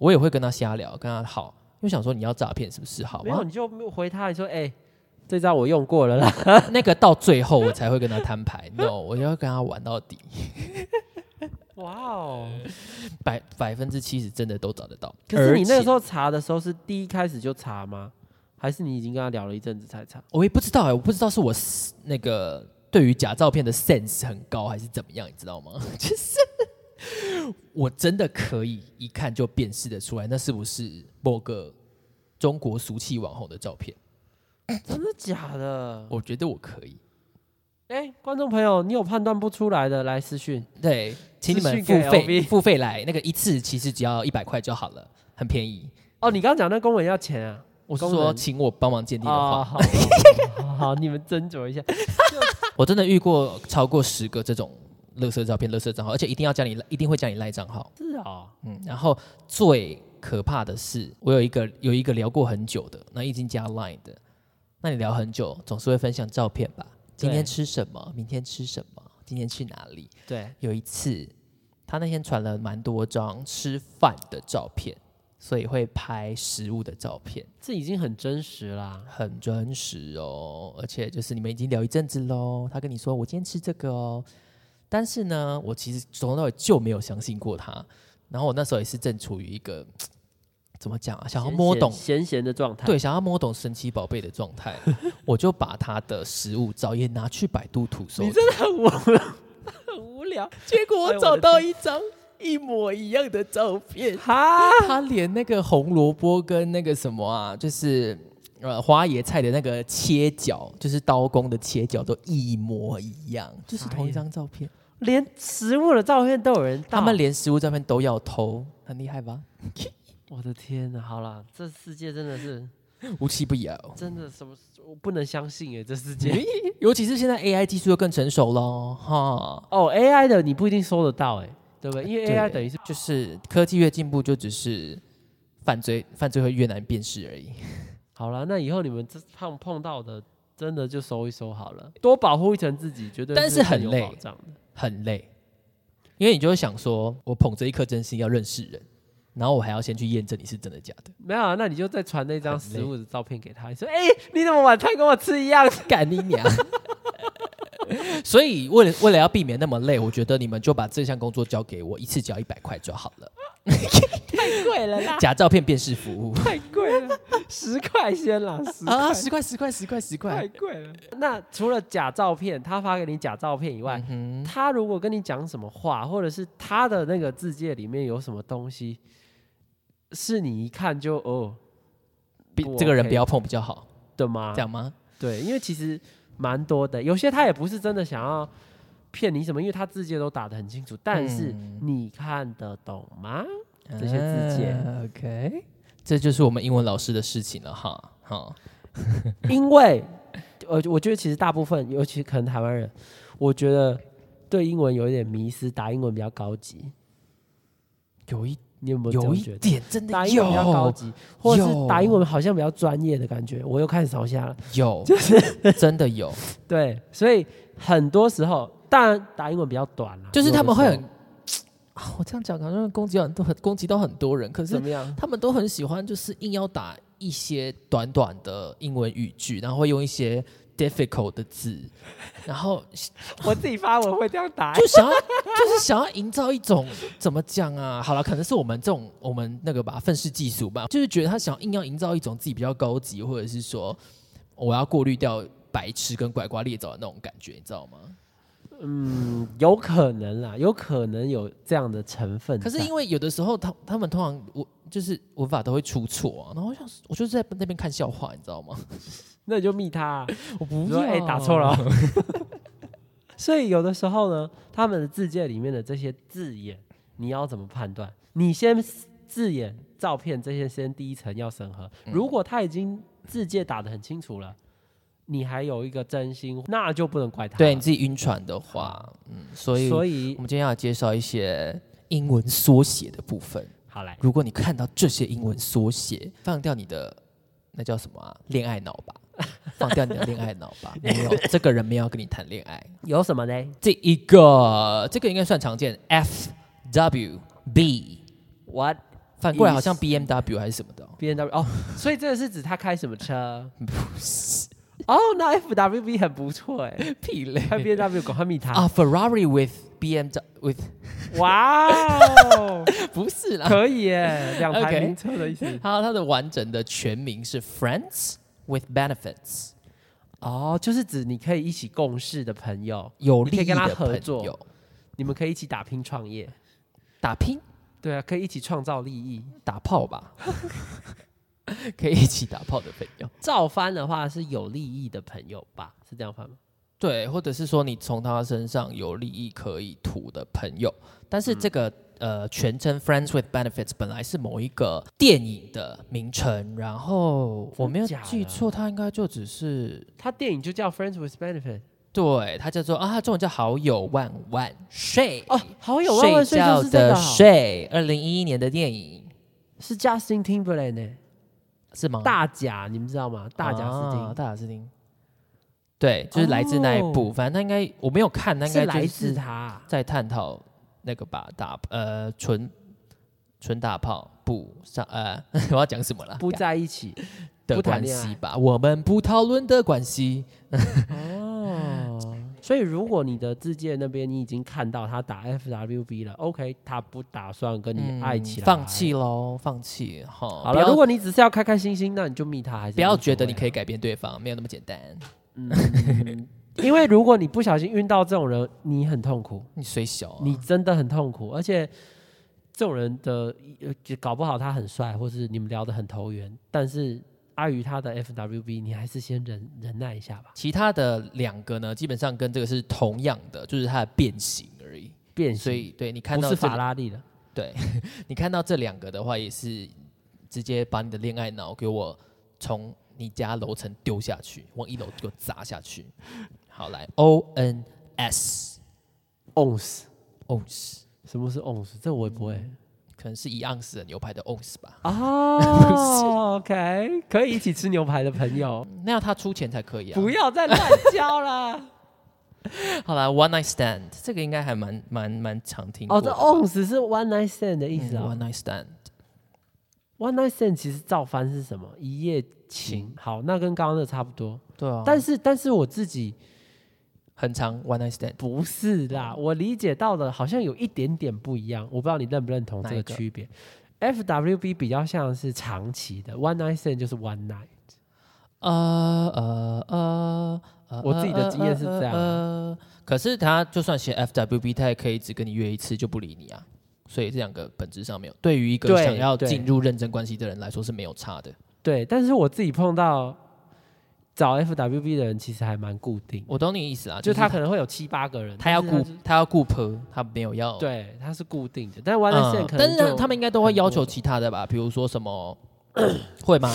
Speaker 1: 我也会跟他瞎聊，跟他好，因为想说你要诈骗是不是？好，
Speaker 2: 没
Speaker 1: 然后
Speaker 2: 有，你就回他，你说：“哎、这招我用过了啦。
Speaker 1: 那个到最后我才会跟他摊牌，no，我要跟他玩到底，”
Speaker 2: (laughs) 哇哦！
Speaker 1: 百百分之七十真的都找得到。
Speaker 2: 可是你那个时
Speaker 1: 候，
Speaker 2: 候查的时候是第一开始就查吗？还是你已经跟他聊了一阵子才查？
Speaker 1: 我也不知道哎、我不知道是我 s- 那个对于假照片的 sense 很高，还是怎么样，你知道吗？ (laughs) 就是我真的可以一看就辨识得出来，那是不是某个中国俗气网红的照片？
Speaker 2: 哎真的假的？
Speaker 1: 我觉得我可以。
Speaker 2: 哎、观众朋友，你有判断不出来的来私讯。
Speaker 1: 对，请你们
Speaker 2: 资
Speaker 1: 付
Speaker 2: 讯给
Speaker 1: 费
Speaker 2: LV
Speaker 1: 付费来，那个一次其实只要一百块就好了，很便宜。
Speaker 2: 哦，你刚刚讲那公文要钱啊？
Speaker 1: 我是
Speaker 2: 工
Speaker 1: 说，
Speaker 2: 人
Speaker 1: 请我帮忙鉴定的话，
Speaker 2: 哦，好好好好，你们斟酌一下。
Speaker 1: (laughs) 我真的遇过超过十个这种垃圾照片、垃圾账号，而且一定要加你，一定会加你赖账号。
Speaker 2: (laughs) 是哦，
Speaker 1: 嗯，然后最可怕的是，我有一个有一个聊过很久的，那已经加 Line 的，那你聊很久，总是会分享照片吧？今天吃什么？明天吃什么？今天去哪里。
Speaker 2: 对，
Speaker 1: 有一次，他那天传了蛮多张吃饭的照片，所以会拍食物的照片，
Speaker 2: 这已经很真实啦。
Speaker 1: 很真实哦。而且就是你们已经聊一阵子喽，他跟你说我今天吃这个哦，但是呢，我其实从头到尾就没有相信过他。然后我那时候也是正处于一个怎么讲啊，想要摸懂
Speaker 2: 闲闲闲的状态，
Speaker 1: 对，想要摸懂神奇宝贝的状态，我就把他的食物照也拿去百度图搜
Speaker 2: 你
Speaker 1: 寻，
Speaker 2: 真的很无 (laughs) 很无聊
Speaker 1: 结果
Speaker 2: 哎
Speaker 1: 我
Speaker 2: 我
Speaker 1: 找
Speaker 2: 的
Speaker 1: 到
Speaker 2: 天
Speaker 1: 一张一模一样的照片，
Speaker 2: 哈。
Speaker 1: (laughs) 他连那个红萝卜跟那个什么啊，就是呃花椰菜的那个切角，就是刀工的切角都一模一样，就是同一张照片，
Speaker 2: 连食物的照片都有人盗，
Speaker 1: 他们连食物照片都要偷，很厉害吧？
Speaker 2: 我的天呐！好啦，这世界真的是
Speaker 1: 无奇不有。
Speaker 2: 真的什么，我不能相信哎，这世界
Speaker 1: 尤其是现在 AI 技术又更成熟了，哈，
Speaker 2: 哦，AI 的你不一定搜得到哎，对不对？因为
Speaker 1: 对
Speaker 2: AI 等于是
Speaker 1: 就是科技越进步，就只是犯罪犯罪会越难辨识而已。
Speaker 2: 好啦，那以后你们这碰碰到的，真的就搜一搜好了，多保护一层自己，绝对
Speaker 1: 但是
Speaker 2: 是
Speaker 1: 很
Speaker 2: 有
Speaker 1: 累
Speaker 2: 保障的。
Speaker 1: 很累，因为你就会想说，我捧着一颗真心要认识人，然后我还要先去验证你是真的假的。
Speaker 2: 没有啊，那你就再传那张
Speaker 1: 很累
Speaker 2: 食物的照片给他，你说：“哎、你怎么晚餐跟我吃一样
Speaker 1: 干你
Speaker 2: (laughs)
Speaker 1: 娘！所以为了为了要避免那么累，我觉得你们就把这项工作交给我，一次只要一百块就好了。
Speaker 2: 贵了啦，
Speaker 1: 假照片辨识服务
Speaker 2: 太贵了，十块先啦，十块、
Speaker 1: 啊，十块十块十块十
Speaker 2: 太
Speaker 1: 块，
Speaker 2: 贵了。那除了假照片，他发给你假照片以外，
Speaker 1: 嗯哼，
Speaker 2: 他如果跟你讲什么话，或者是他的那个字界里面有什么东西，是你一看就哦
Speaker 1: 比
Speaker 2: 不
Speaker 1: 这个人
Speaker 2: OK
Speaker 1: 不要碰比较好，
Speaker 2: 的吗？
Speaker 1: 这样吗？
Speaker 2: 对，因为其实蛮多的，有些他也不是真的想要骗你什么，因为他字界都打得很清楚，但是
Speaker 1: 嗯
Speaker 2: 你看得懂吗？这些字节
Speaker 1: 啊，OK，这就是我们英文老师的事情了哈。哈，
Speaker 2: 因为呃，我觉得其实大部分，尤其可能台湾人，我觉得对英文有一点迷失，打英文比较高级。
Speaker 1: 有一
Speaker 2: 你有没有这
Speaker 1: 有
Speaker 2: 样
Speaker 1: 一
Speaker 2: 觉得？
Speaker 1: 点真
Speaker 2: 打
Speaker 1: 的
Speaker 2: 英文比较高
Speaker 1: 有
Speaker 2: 级，或者
Speaker 1: 有
Speaker 2: 是打英文好像比较专业的感觉，我又开始朝下了。
Speaker 1: 有，真的
Speaker 2: (laughs)
Speaker 1: 有，
Speaker 2: 对，所以很多时候，当然打英文比较短啦，
Speaker 1: 就是
Speaker 2: 有的
Speaker 1: 他们会
Speaker 2: 时候
Speaker 1: 很，啊我这样讲好像攻击到很多很攻击到很多人，可是
Speaker 2: 怎么样？
Speaker 1: 他们都很喜欢，就是硬要打一些短短的英文语句，然后会用一些 difficult 的字，然后
Speaker 2: 我自己发文会这样打
Speaker 1: 就想要就是想要营造一种怎么讲啊？好了，可能是我们这种我们那个吧，愤世嫉俗吧，就是觉得他想要硬要营造一种自己比较高级，或者是说我要过滤掉白痴跟拐瓜裂枣的那种感觉，你知道吗？
Speaker 2: 嗯，有可能啦，有可能有这样的成分
Speaker 1: 可
Speaker 2: 在。
Speaker 1: 是因为有的时候他他们通常我就是文法都会出错啊，然后我想我就是在那边看笑话，你知道吗？
Speaker 2: 那你就密他啊、
Speaker 1: (laughs) 我不
Speaker 2: 你
Speaker 1: 要
Speaker 2: 说哎、打错
Speaker 1: (laughs)
Speaker 2: 了 (laughs) 哦。所以有的时候呢，他们的字界里面的这些字眼，你要怎么判断？你先字眼、照片这些先第一层要审核。
Speaker 1: 嗯
Speaker 2: 如果他已经字界打得很清楚了，你还有一个真心，那就不能怪他。
Speaker 1: 对你自己晕船的话，嗯，所以
Speaker 2: 所
Speaker 1: 我
Speaker 2: 以
Speaker 1: 们今天要介绍一些英文缩写的部分。
Speaker 2: 好来，
Speaker 1: 如果你看到这些英文缩写，放掉你的那叫什么啊？恋爱脑 (laughs) 吧，放掉你的恋爱脑吧。没有，这个人没有要跟你谈恋爱。
Speaker 2: 有什么呢？
Speaker 1: 这一个，这个应该算常见，F W B，
Speaker 2: What
Speaker 1: 反过来
Speaker 2: Is-
Speaker 1: 好像 B M W 还是什么的哦、
Speaker 2: B N W 哦， (laughs) 所以这个是指他开什么车？
Speaker 1: 不是
Speaker 2: 哦，那 F W B 很不错哎、
Speaker 1: (laughs) (laughs) 屁嘞
Speaker 2: 快 B N W 赶快密他！
Speaker 1: 啊，Ferrari with B M W with
Speaker 2: 哇哦，
Speaker 1: 不是 (laughs) 啦，
Speaker 2: (laughs) 可以耶，两台
Speaker 1: OK
Speaker 2: 名车的
Speaker 1: (laughs)
Speaker 2: 意思。
Speaker 1: 它它的完整的全名是 Friends with Benefits，
Speaker 2: (laughs) 哦，就是指你可以一起共事的朋友，
Speaker 1: 有
Speaker 2: 你
Speaker 1: 利
Speaker 2: 可以
Speaker 1: 益
Speaker 2: 跟他
Speaker 1: 的
Speaker 2: 合
Speaker 1: 朋
Speaker 2: 作
Speaker 1: 友
Speaker 2: 你们可以一起打拼创业，
Speaker 1: 打拼
Speaker 2: 对啊，可以一起创造利益。
Speaker 1: 打炮 (laughs) 吧，可以一起打炮的朋友。
Speaker 2: 照翻的话是有利益的朋友吧？是这样翻吗？
Speaker 1: 对，或者是说你从他身上有利益可以图的朋友，但是这个、呃全称 Friends with Benefits 本来是某一个电影的名称，然后我没有
Speaker 2: 真假的
Speaker 1: 记错，它应该就只是
Speaker 2: 他电影就叫 Friends with Benefit
Speaker 1: 对，它叫做啊，它中文叫好友万万岁
Speaker 2: 哦，好友万万岁
Speaker 1: 睡
Speaker 2: 就
Speaker 1: 觉
Speaker 2: 是这个
Speaker 1: 的
Speaker 2: 哦、
Speaker 1: 睡，二零一一年的电影
Speaker 2: 是 Justin Timberlake 呢、
Speaker 1: 是吗？
Speaker 2: 哦大甲你们知道吗？大甲斯汀、
Speaker 1: 啊大贾斯汀，对，就是来自那一部。
Speaker 2: 哦
Speaker 1: 反正他应该我没有看，他应
Speaker 2: 是
Speaker 1: 该
Speaker 2: 来
Speaker 1: 就
Speaker 2: 自
Speaker 1: 是
Speaker 2: 他。
Speaker 1: 在探讨那个吧，打呃纯纯打炮不上呃，我要讲什么了？
Speaker 2: 不在一起
Speaker 1: 的
Speaker 2: 不谈
Speaker 1: 关
Speaker 2: 恋爱
Speaker 1: 系吧，我们不讨论的关系。
Speaker 2: 哦，所以如果你的自介那边你已经看到他打 FWB 了，OK，他不打算跟你爱起来，
Speaker 1: 放弃。喽，放弃哈。
Speaker 2: 好
Speaker 1: 哦不
Speaker 2: 了，
Speaker 1: 要
Speaker 2: 如果你只是要开开心心，那你就密他，还是
Speaker 1: 不要觉得你可
Speaker 2: 以。
Speaker 1: 以改变对方，没有那么简单。
Speaker 2: 嗯，因为如果你不小心遇到这种人，你很痛苦，
Speaker 1: 你虽小、啊，
Speaker 2: 你真的很痛苦，而且这种人的呃搞不好他很帅，或是你们聊得很投缘，但是碍于他的 FWB，你还是先忍忍耐一下吧。
Speaker 1: 其他的两个呢，基本上跟这个是同样的，就是它的变形而已。
Speaker 2: 变形
Speaker 1: 所以，对你看
Speaker 2: 不
Speaker 1: 到
Speaker 2: 是
Speaker 1: 这
Speaker 2: 法拉利了，
Speaker 1: 对你看到这两个的话，也是直接把你的恋爱脑给我从你家楼层丢下去，往一楼给我砸下去。好，来 O N S
Speaker 2: ons。
Speaker 1: ounce，
Speaker 2: 什么是 ons？这我也不会。
Speaker 1: 可能是一盎司的牛排的 ounce 吧？ (laughs)
Speaker 2: 哦、o k 啊可以一起吃牛排的朋友，
Speaker 1: 那要他出钱才可以啊。
Speaker 2: 不要再乱教啦。
Speaker 1: 好啦 o n e night stand 这个应该还蛮蛮蛮常听过嗯
Speaker 2: 哦，
Speaker 1: 的。
Speaker 2: 这 ons 是 one night stand 的意思啊。
Speaker 1: One night stand，
Speaker 2: one night stand 其实照翻是什么？一夜情。
Speaker 1: 嗯
Speaker 2: 好，那跟刚刚的差不多。
Speaker 1: 对啊，
Speaker 2: 但是，但是我自己
Speaker 1: 很长 one night stand，
Speaker 2: 不是啦，我理解到的好像有一点点不一样，我不知道你认不认同这
Speaker 1: 哪
Speaker 2: 个
Speaker 1: 一个
Speaker 2: 区别。FWB 比较像是长期的，one night stand 就是 one night。
Speaker 1: 呃呃呃呃，
Speaker 2: 我自己的经验是这样啊
Speaker 1: 呃可是他就算写 FWB，他也可以只跟你约一次就不理你啊。所以这两个本质上没有，对于一个
Speaker 2: 对
Speaker 1: 想要
Speaker 2: 对
Speaker 1: 进入认真关系的人来说是没有差的。
Speaker 2: 对，但是我自己碰到找 FWB 的人，其实还蛮固定，
Speaker 1: 我懂你意思啊，
Speaker 2: 就是他可能会有七八个人，
Speaker 1: 他要
Speaker 2: 但
Speaker 1: 顾
Speaker 2: 是
Speaker 1: 他要顾婆，他没有要
Speaker 2: 他对，他是固定的，但 One Night
Speaker 1: 嗯
Speaker 2: Stand 可能
Speaker 1: 但是
Speaker 2: 就
Speaker 1: 他们应该都会
Speaker 2: 很多
Speaker 1: 要求其他的吧，比如说什么 (clears throat) 会吗？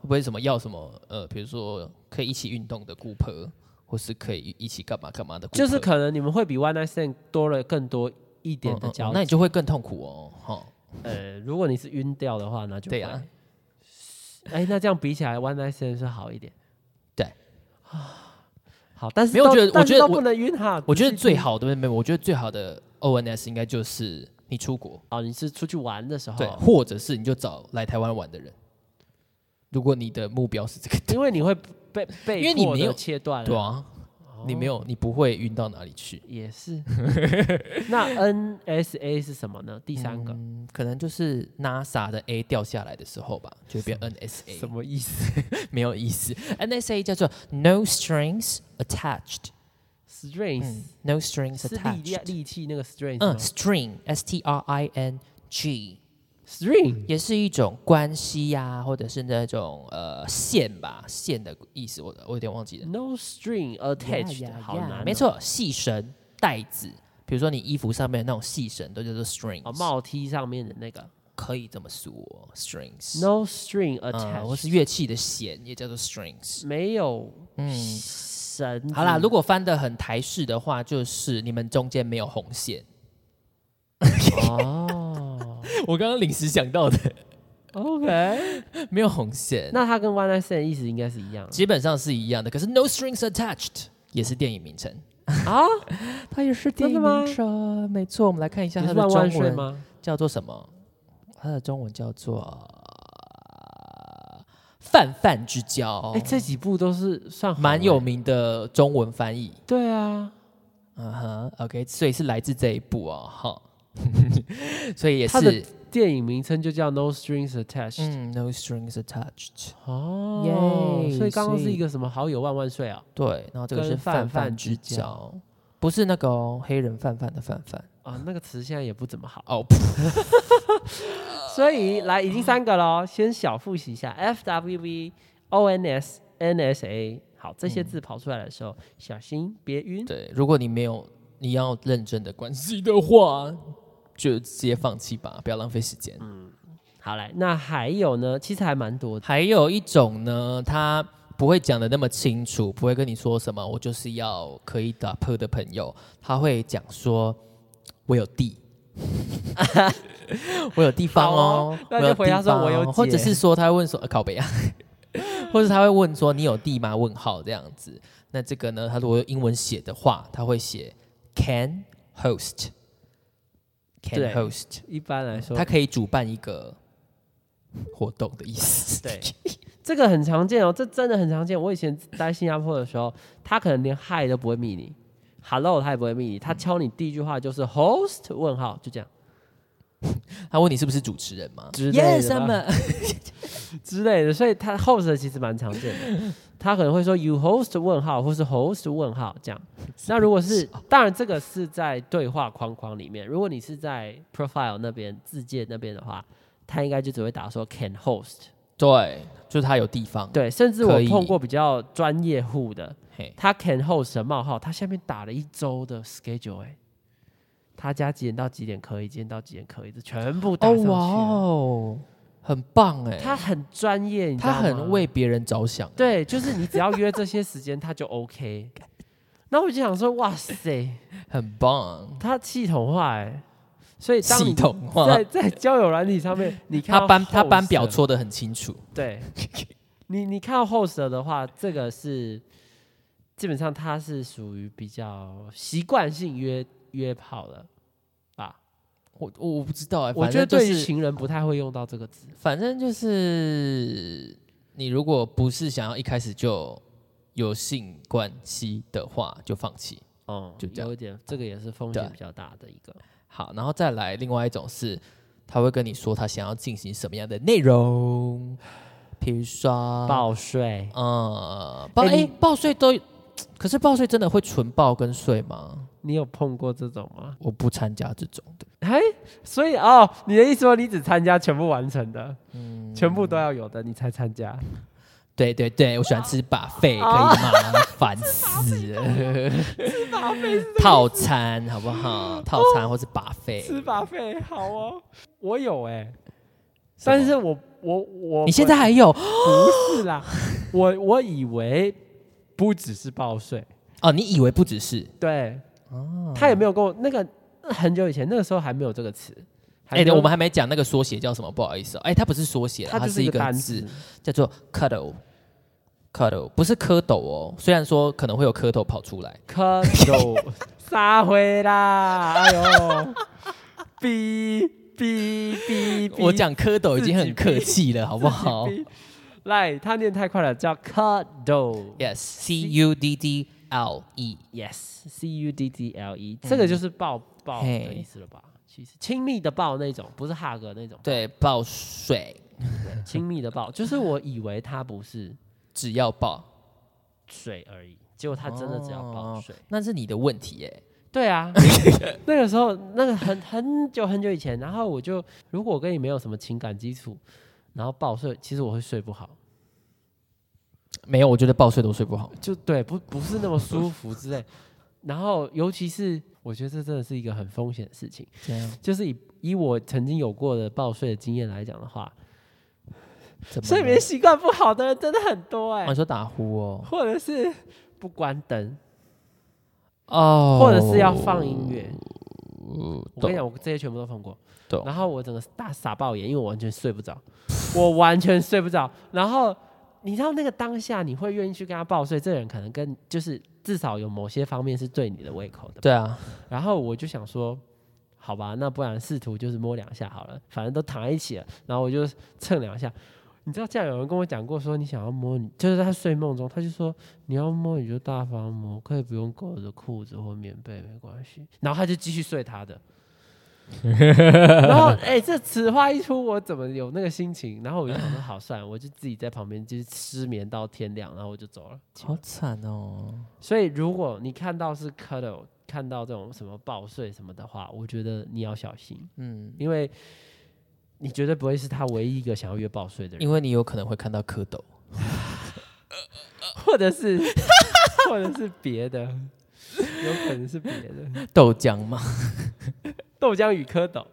Speaker 1: 会不会什么要什么呃，比如说可以一起运动的顾客，或是可以一起干嘛干嘛的顾客，
Speaker 2: 就是可能你们会比 One Night Stand 多了更多一
Speaker 1: 嗯
Speaker 2: 点的
Speaker 1: 嗯
Speaker 2: 交
Speaker 1: 嗯
Speaker 2: 集。
Speaker 1: 那你就会更痛苦哦。哈，
Speaker 2: 呃，如果你是晕掉的话，那就
Speaker 1: 对
Speaker 2: 呀
Speaker 1: 啊。
Speaker 2: 哎，那这样比起来，One Night Stand 是好一点。
Speaker 1: 对
Speaker 2: 啊， (sighs) 好，但是
Speaker 1: 没有
Speaker 2: 都
Speaker 1: 我觉得
Speaker 2: 但是
Speaker 1: 我觉得
Speaker 2: 都
Speaker 1: 我
Speaker 2: 不能晕哈。
Speaker 1: 我觉
Speaker 2: 仔
Speaker 1: 得
Speaker 2: 细
Speaker 1: 最
Speaker 2: 听
Speaker 1: 好的没有没有，我觉得最好的 ONS 应该就是你出国，
Speaker 2: 哦，你是出去玩的时候，
Speaker 1: 对，或者是你就找来台湾玩的人。如果你的目标是这个，
Speaker 2: 因为你会被
Speaker 1: (laughs)
Speaker 2: 被
Speaker 1: 因为你
Speaker 2: 迫地
Speaker 1: 没有
Speaker 2: 切断了，
Speaker 1: 对啊，你没有，你不会晕到哪里去。
Speaker 2: 也是。 (laughs) 那 NSA 是什么呢？第三个、
Speaker 1: 嗯，可能就是 NASA 的 A 掉下来的时候吧，就会变 NSA。
Speaker 2: 么意思
Speaker 1: 没有意思。NSA 叫做 No Strings Attached，
Speaker 2: ？Strength、
Speaker 1: 嗯，No Strings
Speaker 2: 是力量
Speaker 1: Attached，
Speaker 2: 力气那个 strength
Speaker 1: 嗯
Speaker 2: 吗、
Speaker 1: ，String S T R I N G
Speaker 2: ？String
Speaker 1: 也是一种关系呀、或者是那种呃线吧，线的意思，我我有点忘记了。
Speaker 2: no string attached，、
Speaker 1: Yeah, yeah,
Speaker 2: 好
Speaker 1: yeah，
Speaker 2: 难、
Speaker 1: 哦没。错，细绳带子，比如说你衣服上面的那种细绳都叫做 strings，、
Speaker 2: 哦，帽 T 上面的那个
Speaker 1: 可以这么说，strings。
Speaker 2: no string
Speaker 1: 呃，或
Speaker 2: attached，、
Speaker 1: 是乐器的弦也叫做 strings。
Speaker 2: 没有绳子、
Speaker 1: 嗯好
Speaker 2: (laughs)
Speaker 1: 啦，如果翻的很台式的话，就是你们中间没有红线。
Speaker 2: 哦
Speaker 1: (laughs) 我刚刚临时想到的，
Speaker 2: ，OK，
Speaker 1: 没有红线，
Speaker 2: 那它跟 one night stand 意思应该是一样
Speaker 1: 基本上是一样的。可是 No Strings Attached 也是电影名称，
Speaker 2: 啊？
Speaker 1: 它也是
Speaker 2: 电影名
Speaker 1: 称，没错。我们来看一下
Speaker 2: 你
Speaker 1: 它
Speaker 2: 是
Speaker 1: 的
Speaker 2: 万万
Speaker 1: 中
Speaker 2: 岁
Speaker 1: 文
Speaker 2: 吗？
Speaker 1: 叫做什么？它的中文叫做“泛泛之交
Speaker 2: 哎、”，这几部都是算好
Speaker 1: 哦蛮
Speaker 2: 的
Speaker 1: 有名的中文翻译。
Speaker 2: 对啊，
Speaker 1: 嗯哼，OK，所以是来自这一部哦，哈， (laughs) 所以也
Speaker 2: 它的
Speaker 1: 是
Speaker 2: 电影名称就叫 No Strings Attached。
Speaker 1: 嗯，No Strings Attached。
Speaker 2: 哦，
Speaker 1: 耶
Speaker 2: 所以刚刚是
Speaker 1: 所以
Speaker 2: 一个什么好友万万岁啊？
Speaker 1: 对，然后这个
Speaker 2: 跟
Speaker 1: 是
Speaker 2: 泛
Speaker 1: 泛
Speaker 2: 泛
Speaker 1: 泛
Speaker 2: 之
Speaker 1: 之
Speaker 2: 交
Speaker 1: 交，不是那个哦，黑人泛泛的泛泛。
Speaker 2: 啊，那个词现在也不怎么好。
Speaker 1: 哦，
Speaker 2: (laughs) 所以来已经三个喽，先小复习一下 F W V O N S N S A。好，这些字跑出来的时候，小心别
Speaker 1: 嗯
Speaker 2: 晕。
Speaker 1: 对，如果你没有你要认真的关系的话，就直接放弃吧，不要浪费时间。
Speaker 2: 好来，那还有呢，其实还蛮多的。
Speaker 1: 还有一种呢，他不会讲的那么清楚，不会跟你说什么，我就是要可以打破的朋友，他会讲说，我有地。 (laughs) 我有地方哦，
Speaker 2: 好哦那就
Speaker 1: 我有
Speaker 2: 回
Speaker 1: 地
Speaker 2: 答说
Speaker 1: 方
Speaker 2: 我有
Speaker 1: 哦或者
Speaker 2: 姐
Speaker 1: 哎 (laughs) 是说他会问说、呃、靠北啊，或者他会问说你有地吗？问号这样子，那这个呢，它如果用英文写的话，它会写 can host。
Speaker 2: 对
Speaker 1: Can host，
Speaker 2: 一般来说
Speaker 1: 它，可以主办一个活动的意思。 (laughs)
Speaker 2: 对，这个很常见哦，这真的很常见。我以前在新加坡的时候，他可能连 hi 都不会密你，hello 他也不会密你，
Speaker 1: 嗯
Speaker 2: 他敲你第一句话就是 host 问号，就这样
Speaker 1: 他问你是不是主持人吗
Speaker 2: 之类的
Speaker 1: ？Yes，I'm a-
Speaker 2: 之类的。所以他 host 其实蛮常见的，他可能会说 you host 问号，或是 host 问号
Speaker 1: (laughs)
Speaker 2: 这样。那如果是，当然这个是在对话框框里面，如果你是在 profile 那边自介那边的话，他应该就只会打说 can host。
Speaker 1: (laughs) 对，就是他有地方。
Speaker 2: 对，甚至我
Speaker 1: 可以
Speaker 2: 碰过比较专业户的，
Speaker 1: 嘿，
Speaker 2: 他 can host 冒号，他下面打了一周的 schedule 哎、他家几点到几点可以，几点到几点可以，这全部打
Speaker 1: 哦
Speaker 2: 上去了、
Speaker 1: 哇哦，很棒哎，
Speaker 2: 他很专业，你知道
Speaker 1: 他
Speaker 2: 吗
Speaker 1: 很为别人着想。
Speaker 2: 对，就是你只要约这些时间，他就 OK。然后我就想说，哇塞，
Speaker 1: 很棒，
Speaker 2: 他系统化哎、所以当
Speaker 1: 系
Speaker 2: 你
Speaker 1: 统化。
Speaker 2: 在在交友软体上面，你看
Speaker 1: 他
Speaker 2: 到
Speaker 1: 班他班表
Speaker 2: host
Speaker 1: 做的很清楚，
Speaker 2: 对，你你看到 host 的话，这个是基本上它是属于比较习惯性约约炮了吧？
Speaker 1: 我我我不知道哎、
Speaker 2: 我
Speaker 1: 反
Speaker 2: 觉得
Speaker 1: 正就
Speaker 2: 对于
Speaker 1: 是
Speaker 2: 情人不太会用到这个字。
Speaker 1: 反正就是你如果不是想要一开始就有性关系的话，就放弃。
Speaker 2: 哦、
Speaker 1: 嗯就这样
Speaker 2: 有一点，这个也是风险
Speaker 1: 对
Speaker 2: 比较大的一个。
Speaker 1: 好，然后再来另外一种是，他会跟你说他想要进行什么样的内容，比如说
Speaker 2: 报税，
Speaker 1: 呃报
Speaker 2: 哎
Speaker 1: 哎、
Speaker 2: 你
Speaker 1: 报税都，可是报税真的会纯报跟税吗？
Speaker 2: 你有碰过这种吗？
Speaker 1: 我不参加这种的，
Speaker 2: 哎，所以哦，你的意思说你只参加全部完成的，
Speaker 1: 嗯
Speaker 2: 全部都要有的，你才参加。
Speaker 1: 对对对，我喜欢吃把费，可以
Speaker 2: 啊
Speaker 1: 吗？
Speaker 2: (laughs)
Speaker 1: 烦死了。
Speaker 2: 把费
Speaker 1: 套餐好不好？套餐或是把费。
Speaker 2: 哦吃把费，好哦， (laughs) 我有哎、
Speaker 1: 什么
Speaker 2: 但是我我我
Speaker 1: 你现在还有
Speaker 2: 不
Speaker 1: (laughs)
Speaker 2: 是啦，我我以为不只是报税，
Speaker 1: 哦？你以为不只是？
Speaker 2: 对，
Speaker 1: 哦
Speaker 2: 他也没有跟我那个很久以前，那个时候还没有这个词，
Speaker 1: 哎、
Speaker 2: 还没
Speaker 1: 对
Speaker 2: 有
Speaker 1: 我们还没讲那个缩写叫什么，不好意思、哦。哎、它不是缩写，
Speaker 2: 它
Speaker 1: 它
Speaker 2: 就是
Speaker 1: 是一
Speaker 2: 一个
Speaker 1: 个
Speaker 2: 单
Speaker 1: 字
Speaker 2: 词，
Speaker 1: 叫做 cuddle。cuddle 不是蝌蚪哦，虽然说可能会有蝌蚪跑出来，
Speaker 2: 蝌
Speaker 1: (laughs)
Speaker 2: 蚪撒回啦，哎呦， (laughs) 哔哔哔，哔
Speaker 1: 我讲蝌蚪已经很客气了，好不好？
Speaker 2: 哔来，他念太快了，叫蝌蚪。
Speaker 1: ？Yes，C U D D L E。
Speaker 2: Yes, C U D D L E，、这个就是抱抱的
Speaker 1: 嘿
Speaker 2: 意思了吧？其实亲密的抱那种，不是 hug 那 (laughs) 种，
Speaker 1: 对，报税
Speaker 2: 对，亲密的抱，就是我以为它不是
Speaker 1: 只要报，
Speaker 2: 水而已，结果它真的只要抱水。
Speaker 1: 那是你的问题耶。
Speaker 2: 对啊，哦 (laughs) 那个时候那个很很久很久以前，然后我就如果我跟你没有什么情感基础，然后抱睡，其实我会睡不好，
Speaker 1: 没有，我觉得报税都睡不好。
Speaker 2: 就对，不不是那么舒服之类。然后尤其是我觉得这真的是一个很风险的事情。
Speaker 1: 这样
Speaker 2: 就是以以我曾经有过的报税的经验来讲的话，
Speaker 1: 怎么
Speaker 2: 睡
Speaker 1: 了
Speaker 2: 眠习惯不好的人真的很多哎、
Speaker 1: 嗯哦你说打呼哦，
Speaker 2: 或者是不关灯，
Speaker 1: 哦，嗯
Speaker 2: 或者是要放音乐。我跟
Speaker 1: 懂
Speaker 2: 你讲，我这些全部都放过
Speaker 1: 懂。
Speaker 2: 然后我整个大傻爆眼，因为我完全睡不着，我完全睡不着。然后你知道那个当下，你会愿意去跟他报税，这个人可能跟就是至少有某些方面是对你的胃口的。
Speaker 1: 对啊，
Speaker 2: 然后我就想说，好吧，那不然试图就是摸两下好了，反正都躺在一起了，然后我就蹭两下。你知道，这样有人跟我讲过说，你想要摸你，就是他睡梦中，他就说你要摸你就大方摸，可以不用裹着裤子或棉被，没关系。然后他就继续睡他的。然后，哎、这此话一出，我怎么有那个心情？然后我就想说，好，算了，我就自己在旁边就是失眠到天亮，然后我就走了。
Speaker 1: 好惨哦。
Speaker 2: 所以如果你看到是 cuddle，看到这种什么报税什么的话，我觉得你要小心，
Speaker 1: 嗯，
Speaker 2: 因为你绝对不会是他唯一一个想要约报税的人，
Speaker 1: 因为你有可能会看到蝌蚪。
Speaker 2: 或
Speaker 1: (laughs)
Speaker 2: 者是或者是别的，有可能是别的
Speaker 1: 豆浆吗？
Speaker 2: 豆浆与蝌蚪。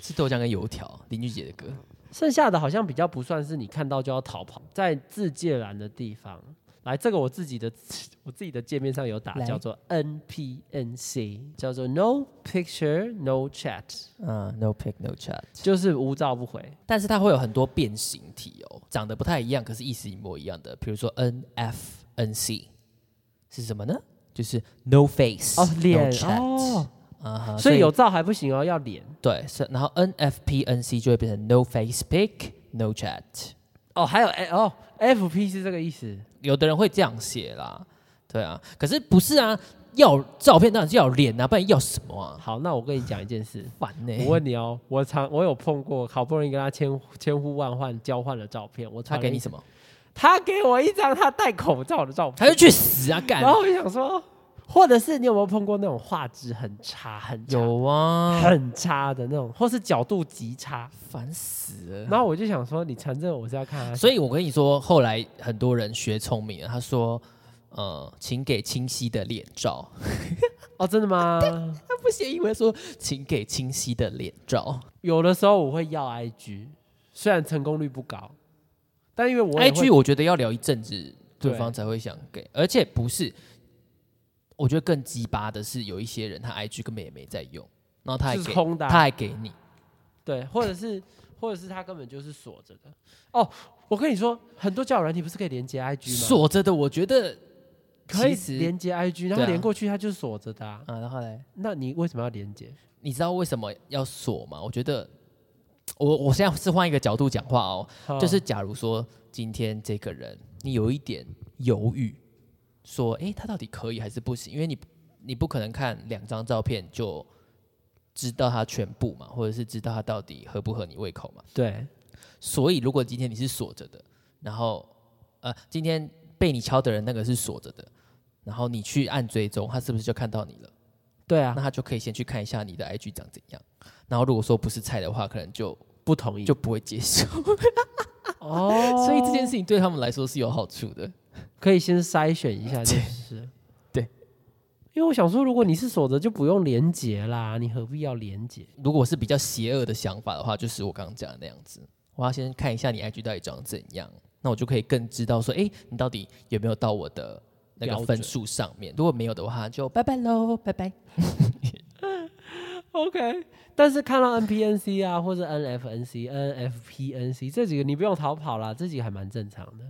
Speaker 1: 是豆浆跟油条，林俊杰的歌。
Speaker 2: 剩下的好像比较不算是你看到就要逃跑，在自界栏的地方，来这个我自己的 (laughs) 我自己的界面上有打
Speaker 1: 来
Speaker 2: 叫做 NPNC，叫做 No Picture No Chat，
Speaker 1: 嗯，No pick no chat，
Speaker 2: 就是无照不回。
Speaker 1: 但是它会有很多变形体哦，长得不太一样，可是意思一模一样的，比如说 N F N C，是什么呢？就是 no face
Speaker 2: 哦
Speaker 1: no
Speaker 2: 脸
Speaker 1: chat
Speaker 2: 哦，
Speaker 1: 啊哈
Speaker 2: 所以有照还不行哦，要脸
Speaker 1: 对是，然后 NFP NC 就会变成 no face pic no chat。
Speaker 2: 哦，还有哎哦，FP 是这个意思
Speaker 1: 有的人会这样写啦，对啊，可是不是啊？要照片当然是要脸啊，不然要什么啊？
Speaker 2: 好，那我跟你讲一件事，
Speaker 1: 烦呢、
Speaker 2: 我问你哦，我常我有碰过，好不容易跟他千千呼万唤交换了照片，我
Speaker 1: 他
Speaker 2: 传
Speaker 1: 给你
Speaker 2: 么？
Speaker 1: 什么？
Speaker 2: 他给我一张他戴口罩的照片，
Speaker 1: 他就去死啊！干
Speaker 2: 然后我想说，或者是你有没有碰过那种画质很差、很差、
Speaker 1: 有啊，
Speaker 2: 很差的那种，或是角度极差？
Speaker 1: 烦死了。
Speaker 2: 然后我就想说，你传这个我是要看他，
Speaker 1: 啊所以我跟你说，后来很多人学聪明了，他说，呃，请给清晰的脸照。 (laughs)
Speaker 2: 哦，真的吗？
Speaker 1: 他不写英文说，请给清晰的脸照。
Speaker 2: 有的时候我会要 IG，虽然成功率不高，但因为我也会
Speaker 1: IG 我觉得要聊一阵子，
Speaker 2: 对
Speaker 1: 对方才会想给，而且不是，我觉得更鸡巴的是，有一些人他 IG 根本也没在用，然后他还
Speaker 2: 就是
Speaker 1: 给，
Speaker 2: 空的啊、
Speaker 1: 他还给你，
Speaker 2: 对，或者是或者是他根本就是锁着的。哦，我跟你说，很多交友软体不是可以连接 IG 吗？
Speaker 1: 锁着的，我觉得
Speaker 2: 可以
Speaker 1: 其实
Speaker 2: 连接 IG，然
Speaker 1: 对
Speaker 2: 后
Speaker 1: 啊
Speaker 2: 连过去它就是锁着的、啊。
Speaker 1: 啊，然后嘞，
Speaker 2: 那你为什么要连接？
Speaker 1: 你知道为什么要锁吗？我觉得，我我现在是换一个角度讲话哦，
Speaker 2: 嗯
Speaker 1: 就是假如说今天这个人你有一点犹豫，说诶他到底可以还是不行？因为你你不可能看两张照片就知道他全部嘛，或者是知道他到底合不合你胃口嘛。
Speaker 2: 对，
Speaker 1: 所以如果今天你是锁着的，然后呃今天被你敲的人那个是锁着的，然后你去按追踪，他是不是就看到你了？
Speaker 2: 对啊
Speaker 1: 那，他就可以先去看一下你的 IG 长怎样。然后如果说不是菜的话，可能就
Speaker 2: 不同意
Speaker 1: 就不会接受。
Speaker 2: 哦，
Speaker 1: (laughs) 所以这件事情对他们来说是有好处的。
Speaker 2: 可以先筛选一下，就是
Speaker 1: 对，
Speaker 2: 因为我想说，如果你是锁着，就不用连接啦，你何必要连接？
Speaker 1: 如果是比较邪恶的想法的话，就是我刚刚讲的那样子。我要先看一下你 IG 到底长怎样，那我就可以更知道说，诶，你到底有没有到我的那
Speaker 2: 标
Speaker 1: 个
Speaker 2: 准
Speaker 1: 分数上面？如果没有的话，就拜拜喽，拜拜。
Speaker 2: OK，但是看到 NPNC 啊，或者 NFNC、NFPNC 这几个，你不用逃跑啦，这几个还蛮正常的。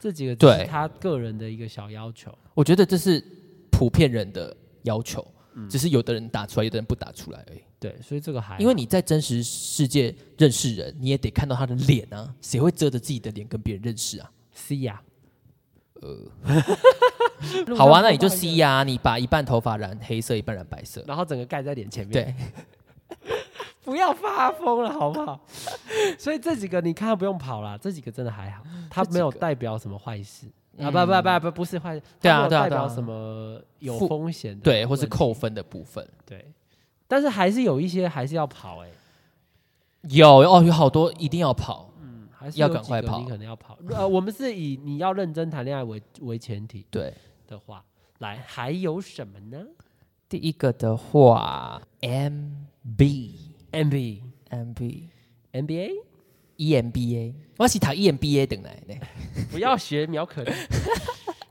Speaker 2: 这几个只是
Speaker 1: 对
Speaker 2: 他个人的一个小要求，
Speaker 1: 我觉得这是普遍人的要求，只是有的人打出来，有的人不打出来而已。
Speaker 2: 对，所以这个还
Speaker 1: 嗯因为你在真实世界认识人，你也得看到他的脸啊，谁会遮着自己的脸跟别人认识啊？
Speaker 2: C 呀、 (laughs) 呃，
Speaker 1: 好啊，那你就 C，呀、你把一半头发染黑色，一半染白色。
Speaker 2: 然后整个盖在脸前面，
Speaker 1: 对，
Speaker 2: 不要发疯了，好不好？ (laughs) 所以这几个你看不用跑啦，这几个真的还好，它没有代表什么坏事、啊，不不不不不是坏，事，
Speaker 1: 嗯对啊
Speaker 2: 它没有
Speaker 1: 对啊
Speaker 2: 代表
Speaker 1: 对啊
Speaker 2: 什么有
Speaker 1: 负
Speaker 2: 风险的，
Speaker 1: 对，或是扣分的部分
Speaker 2: 对，但是还是有一些还是要跑哎、
Speaker 1: 有哦，有好多一定要跑。
Speaker 2: 嗯，还是
Speaker 1: 要
Speaker 2: 有
Speaker 1: 赶
Speaker 2: 几
Speaker 1: 快
Speaker 2: 个
Speaker 1: 跑
Speaker 2: 你可能要跑。
Speaker 1: (laughs)
Speaker 2: 呃，我们是以你要认真谈恋爱为为前提
Speaker 1: 对，
Speaker 2: 的话，来还有什么呢
Speaker 1: 第一个的话，MB
Speaker 2: ？MB
Speaker 1: MB
Speaker 2: MBA
Speaker 1: E EMBA，我是读 E EMBA 等来 (laughs) 的。
Speaker 2: 不要学苗
Speaker 1: (laughs)
Speaker 2: 可丽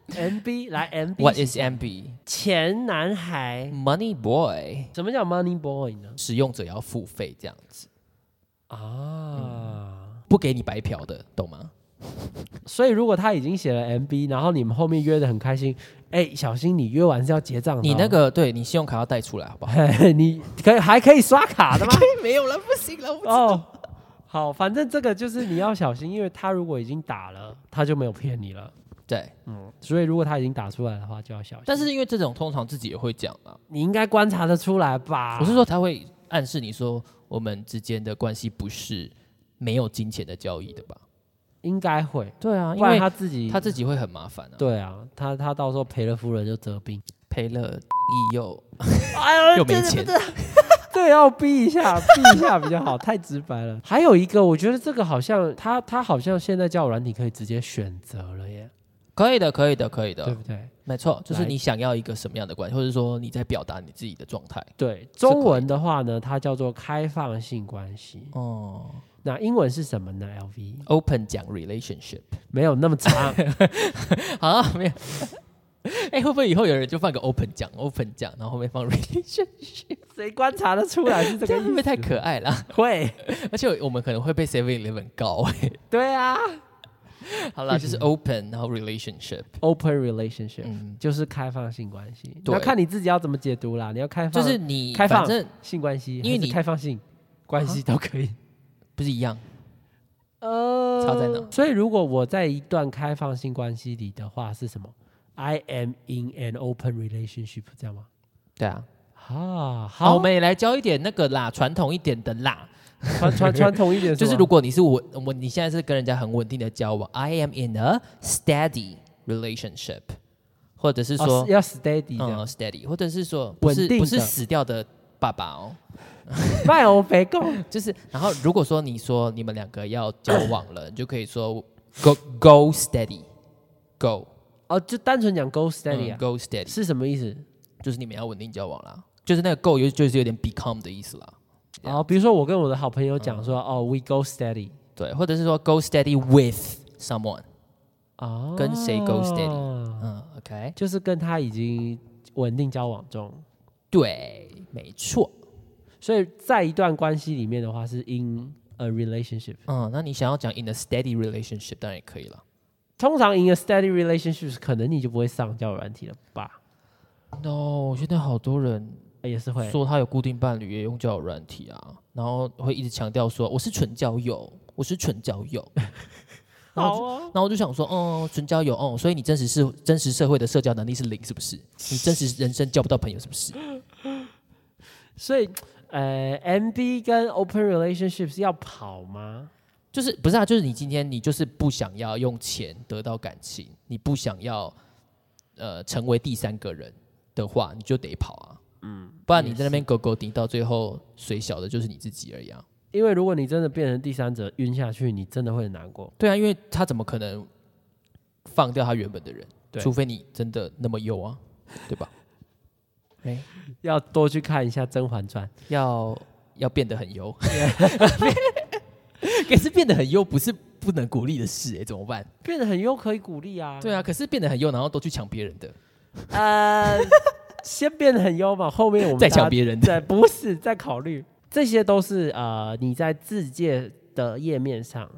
Speaker 2: ，MB 来 MB
Speaker 1: What is MB？
Speaker 2: 前男孩。
Speaker 1: Money Boy，
Speaker 2: 什么叫 Money Boy 呢？
Speaker 1: 使用者要付费这样子，
Speaker 2: 啊，
Speaker 1: 不给你白嫖的，懂吗？
Speaker 2: 所以如果他已经写了 MB，然后你们后面约的很开心，哎、小心你约完是要结账的哦、
Speaker 1: 你那个对你信用卡要带出来，好 (laughs) 不好？
Speaker 2: 个 (laughs) 你可以还可以刷卡的吗？
Speaker 1: 哎没有了，不行了，我
Speaker 2: 哦， (laughs) 好，反正这个就是你要小心，因为他如果已经打了，他就没有骗你了。
Speaker 1: (laughs) 对，
Speaker 2: 嗯，所以如果他已经打出来的话，就要小心。
Speaker 1: 但是因为这种通常自己也会讲啊，
Speaker 2: 你应该观察得出来吧？
Speaker 1: 我是说他会暗示你说我们之间的关系不是没有金钱的交易的吧？
Speaker 2: 应该会，
Speaker 1: 对啊因
Speaker 2: 不然
Speaker 1: 为
Speaker 2: 他自己
Speaker 1: 他自己会很麻烦啊，
Speaker 2: 对啊，他他到时候赔了夫人就折兵。
Speaker 1: 赔了益又
Speaker 2: 哎
Speaker 1: 又没钱，
Speaker 2: 对，要逼一下， (laughs) 逼一下比较好，太直白了。还有一个，我觉得这个好像他他好像现在叫软体可以直接选择了耶，呃
Speaker 1: 可以的，可以的，可以
Speaker 2: 对
Speaker 1: 的，
Speaker 2: 不对？
Speaker 1: 没错，就是
Speaker 2: 来
Speaker 1: 你想要一个什么样的关系，或者说你在表达你自己的状态。
Speaker 2: 对，中文的话呢，它叫做开放性关系。
Speaker 1: 哦
Speaker 2: 那英文是什么呢？LV
Speaker 1: ，open 讲 relationship
Speaker 2: 没有那么长，
Speaker 1: 啊，没有。哎、会不会以后有人就放个 open 讲 open 讲，然后后面放 (laughs) relationship，
Speaker 2: (laughs) 谁观察得出来是 (laughs) 这
Speaker 1: 这
Speaker 2: 个
Speaker 1: 样会不
Speaker 2: 意思？
Speaker 1: 会太可爱了？
Speaker 2: 会，
Speaker 1: 而且我们可能会被 Seven Eleven 告、哎
Speaker 2: 对啊。
Speaker 1: 好啦，就是 open，然后 relationship，
Speaker 2: open relationship，、
Speaker 1: 嗯，
Speaker 2: 就是开放性关系。
Speaker 1: 对
Speaker 2: 那看你自己要怎么解读啦。你要开放，
Speaker 1: 就是你
Speaker 2: 开放
Speaker 1: 反正
Speaker 2: 性关系，
Speaker 1: 因为
Speaker 2: 还是
Speaker 1: 你
Speaker 2: 开放性关系都 (laughs) 可以。
Speaker 1: 不是一样，
Speaker 2: 呃
Speaker 1: 差在哪
Speaker 2: 所以如果我在一段开放性关系里的话，是什么？I am in an open relationship，这样吗？
Speaker 1: 对啊。
Speaker 2: 啊，
Speaker 1: 好，
Speaker 2: 好，
Speaker 1: 我们也来教一点那个啦，传统一点的啦，
Speaker 2: 传传传统一点， (laughs)
Speaker 1: 就是
Speaker 2: 吗
Speaker 1: 如果你是我我你现在是跟人家很稳定的交往，I am in a steady relationship，或者是
Speaker 2: 哦
Speaker 1: 说、
Speaker 2: 要 steady 这样，
Speaker 1: 嗯 steady，或者是说不是
Speaker 2: 稳定
Speaker 1: 不是
Speaker 2: 的
Speaker 1: 死掉的爸爸哦， (laughs)
Speaker 2: 卖欧肥狗，
Speaker 1: 就是然后如果说你说你们两个要交往了，你就可以说 go go steady go
Speaker 2: 哦，就单纯讲 go
Speaker 1: 嗯
Speaker 2: steady 啊，
Speaker 1: go steady，
Speaker 2: 是什么意思？
Speaker 1: 就是你们要稳定交往啦，就是那个 go 有就是有点 become 的意思啦，这样
Speaker 2: 哦，比如说我跟我的好朋友讲说，
Speaker 1: 嗯
Speaker 2: 哦，we go steady
Speaker 1: 对，或者是说 go steady with someone，
Speaker 2: 啊，
Speaker 1: 跟谁 go steady？嗯，OK，
Speaker 2: 就是跟他已经稳定交往中，
Speaker 1: 对，没错。
Speaker 2: 所以在一段关系里面的话是 in a relationship。
Speaker 1: 嗯，那你想要讲 in a steady relationship，当然也可以了。
Speaker 2: 通常 in a steady relationship，可能你就不会上交友软体了吧？
Speaker 1: No，现在好多人
Speaker 2: 呃也是会
Speaker 1: 说他有固定伴侣，也用交友软体啊，然后会一直强调说我是纯交友，我是纯交 (laughs) 友。然后我就
Speaker 2: 哦，
Speaker 1: 然后我就想说，哦、纯交友，哦、所以你真实是真实社会的社交能力是零，是不是？你真实人生交不到朋友，是不是？
Speaker 2: 所以呃，MB 跟 open relationships 要跑吗？
Speaker 1: 就是不是啊？就是你今天你就是不想要用钱得到感情，你不想要呃成为第三个人的话，你就得跑啊。嗯，不然你在那边狗狗顶，到最后水小的就是你自己而已啊。
Speaker 2: 因为如果你真的变成第三者晕下去，你真的会很难过。
Speaker 1: 对啊，因为他怎么可能放掉他原本的人？
Speaker 2: 对
Speaker 1: 除非你真的那么优啊，对吧？哎、
Speaker 2: 要多去看一下《甄嬛传
Speaker 1: 要要变得很优，可是变得很优不是不能鼓励的事哎、怎么办？》，
Speaker 2: 变得很优可以鼓励啊。
Speaker 1: 对啊，可是变得很优，然后都去抢别人的，
Speaker 2: 呃，先变得很优嘛，后面我们
Speaker 1: 再
Speaker 2: 大家
Speaker 1: 抢别人的。
Speaker 2: 对，不是在考虑，这些都是呃你在自介的页面上。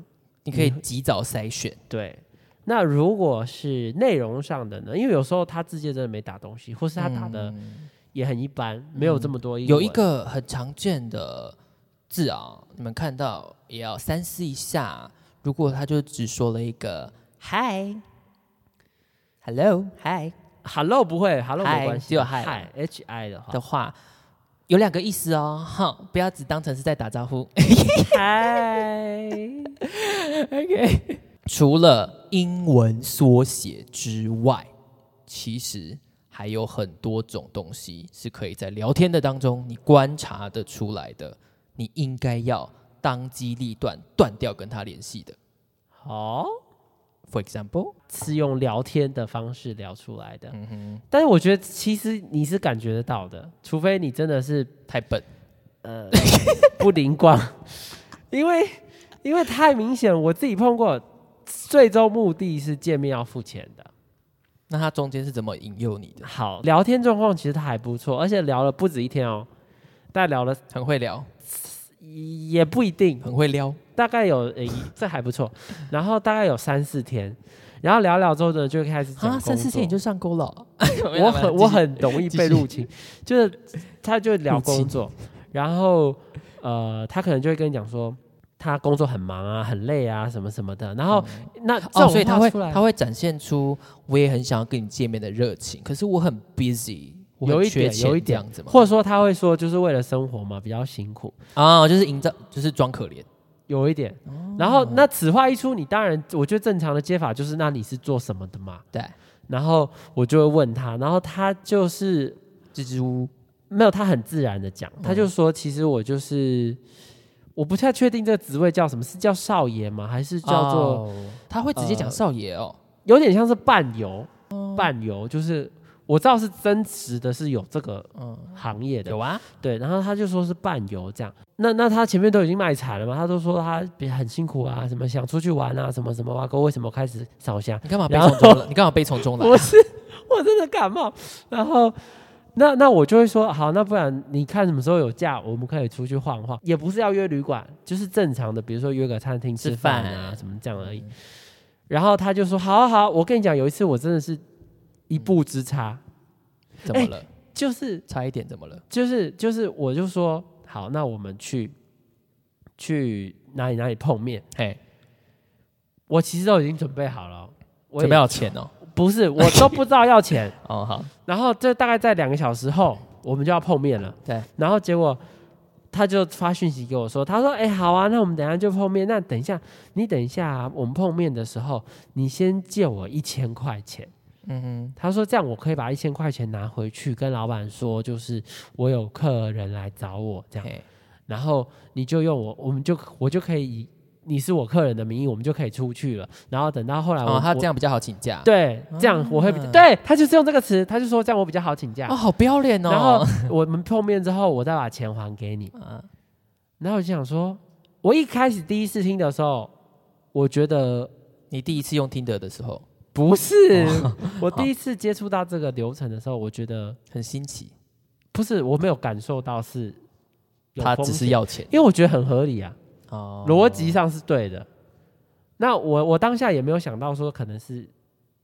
Speaker 1: 你可以及早筛选。
Speaker 2: 对，那如果是内容上的呢？因为有时候他自介真的没打东西，或是他打的也很一般，没有这么多英
Speaker 1: 嗯
Speaker 2: 文。
Speaker 1: 有一个很常见的字啊，你们看到也要三思一下。如果他就只说了一个 “hi”、“hello”、“hi”
Speaker 2: hello 不会，hello
Speaker 1: 嗨
Speaker 2: 没关系，
Speaker 1: 只有嗨
Speaker 2: 嗨 H I 的话
Speaker 1: 的，话，有两个意思哦，哈，不要只当成是在打招呼。
Speaker 2: 嗨，
Speaker 1: OK，除了英文缩写之外，其实还有很多种东西是可以在聊天的当中你观察得出来的，你应该要当机立断断掉跟他联系的。
Speaker 2: 好。
Speaker 1: For example，
Speaker 2: 是用聊天的方式聊出来的，
Speaker 1: 嗯
Speaker 2: 但是我觉得其实你是感觉得到的，除非你真的是
Speaker 1: 太笨，
Speaker 2: 呃不灵光，因为因为太明显，我自己碰过，最终目的是见面要付钱的。
Speaker 1: 那他中间是怎么引诱你的？
Speaker 2: 好，聊天状况其实他还不错，而且聊了不止一天哦，但聊了
Speaker 1: 很会聊，
Speaker 2: 也不一定，
Speaker 1: 很会撩，
Speaker 2: 大概有诶、这还不错，然后大概有三四天，然后聊聊之后呢，就开始讲
Speaker 1: 啊，三四
Speaker 2: 工作
Speaker 1: 天你就上钩了 (laughs) 哦、
Speaker 2: 我很我很容
Speaker 1: (laughs)
Speaker 2: 易
Speaker 1: 继
Speaker 2: 被
Speaker 1: 续
Speaker 2: 入侵，就是他就聊
Speaker 1: 入侵
Speaker 2: 工作，然后呃，他可能就会跟你讲说他工作很忙啊，很累啊，什么什么的。然后、那这
Speaker 1: 哦，
Speaker 2: 种
Speaker 1: 所以他
Speaker 2: 话
Speaker 1: 会
Speaker 2: 出来
Speaker 1: 他会展现出我也很想要跟你见面的热情，可是我很 busy，我很
Speaker 2: 有一
Speaker 1: 缺
Speaker 2: 点
Speaker 1: 钱
Speaker 2: 有一
Speaker 1: 这
Speaker 2: 点
Speaker 1: 样子嘛，
Speaker 2: 或者说他会说就是为了生活嘛，比较辛苦，
Speaker 1: 啊、就是营造就是装可怜，
Speaker 2: 有一点。
Speaker 1: 哦
Speaker 2: 然后那此话一出，你当然我觉得正常的接法就是那你是做什么的嘛？
Speaker 1: 对，
Speaker 2: 然后我就会问他，然后他就是
Speaker 1: 支支吾吾，嗯
Speaker 2: 没有，他很自然的讲，他就说：“其实我就是，我不太确定这个职位叫什么，是叫少爷吗？还是叫做、
Speaker 1: 哦他会直接讲
Speaker 2: 呃
Speaker 1: 少爷哦，
Speaker 2: 有点像是伴游？伴游就是我知道是真实的，是有这个
Speaker 1: 嗯
Speaker 2: 行业的
Speaker 1: 有，啊，
Speaker 2: 对。然后他就说是伴游这样。那那他前面都已经卖惨了嘛，他都说他很辛苦啊，什么想出去玩啊，什么什么啊，哥为什么开始烧香？
Speaker 1: (laughs) 你干嘛悲
Speaker 2: 然后
Speaker 1: 从中 (laughs) 来？你干嘛悲从中来？
Speaker 2: 我是 (laughs) 我真的感冒，然后那那我就会说好，那不然你看什么时候有假，我们可以出去晃晃，也不是要约旅馆，就是正常的，比如说约个餐厅
Speaker 1: 吃
Speaker 2: 吃饭啊
Speaker 1: 饭嗯
Speaker 2: 什么这样而已。然后他就说：“好好好，我跟你讲，有一次我真的是一步之差，
Speaker 1: 怎么了？
Speaker 2: 就是
Speaker 1: 哎差一点怎么了？
Speaker 2: 就是就是，我就说好，那我们去去哪里哪里碰面。
Speaker 1: 嘿，
Speaker 2: 我其实都已经准备好了，我也
Speaker 1: 准备好钱 (laughs) 哦。
Speaker 2: 不是，我都不知道要钱。
Speaker 1: 哦，好，
Speaker 2: 然后这大概在两个小时后，我们就要碰面了。
Speaker 1: 对，
Speaker 2: 然后结果他就发讯息给我说，他说：“哎、好啊，那我们等一下就碰面。那等一下，你等一下啊、我们碰面的时候，你先借我一千块钱。”嗯哼，他说这样我可以把一千块钱拿回去跟老板说，就是我有客人来找我这样，
Speaker 1: 嘿，
Speaker 2: 然后你就用我，我们就我就可以以你是我客人的名义，我们就可以出去了。然后等到后来我、
Speaker 1: 哦，他
Speaker 2: 我
Speaker 1: 这样比较好请假。，
Speaker 2: 对这样我会比较、对他就是用这个词，他就说这样我比较好请假。
Speaker 1: 哦，好不要脸哦。
Speaker 2: 然后我们碰面之后，我再把钱还给你。
Speaker 1: 嗯，
Speaker 2: 然后我就想说，我一开始第一次听的时候，我觉得
Speaker 1: 你第一次用听得的时候
Speaker 2: 不是，
Speaker 1: 哦 (laughs)
Speaker 2: 我第一次接触到这个流程的时候，我觉得
Speaker 1: 很新奇，
Speaker 2: 不是，我没有感受到是有
Speaker 1: 他
Speaker 2: 风
Speaker 1: 只是
Speaker 2: 险，
Speaker 1: 要钱
Speaker 2: 因为我觉得很合理啊，
Speaker 1: 哦，
Speaker 2: 逻辑上是对的。那我我当下也没有想到说可能是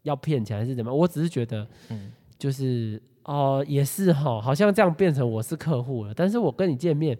Speaker 2: 要骗钱还是怎么样，我只是觉得
Speaker 1: 嗯
Speaker 2: 就是哦，也是哈，好像这样变成我是客户了。但是我跟你见面，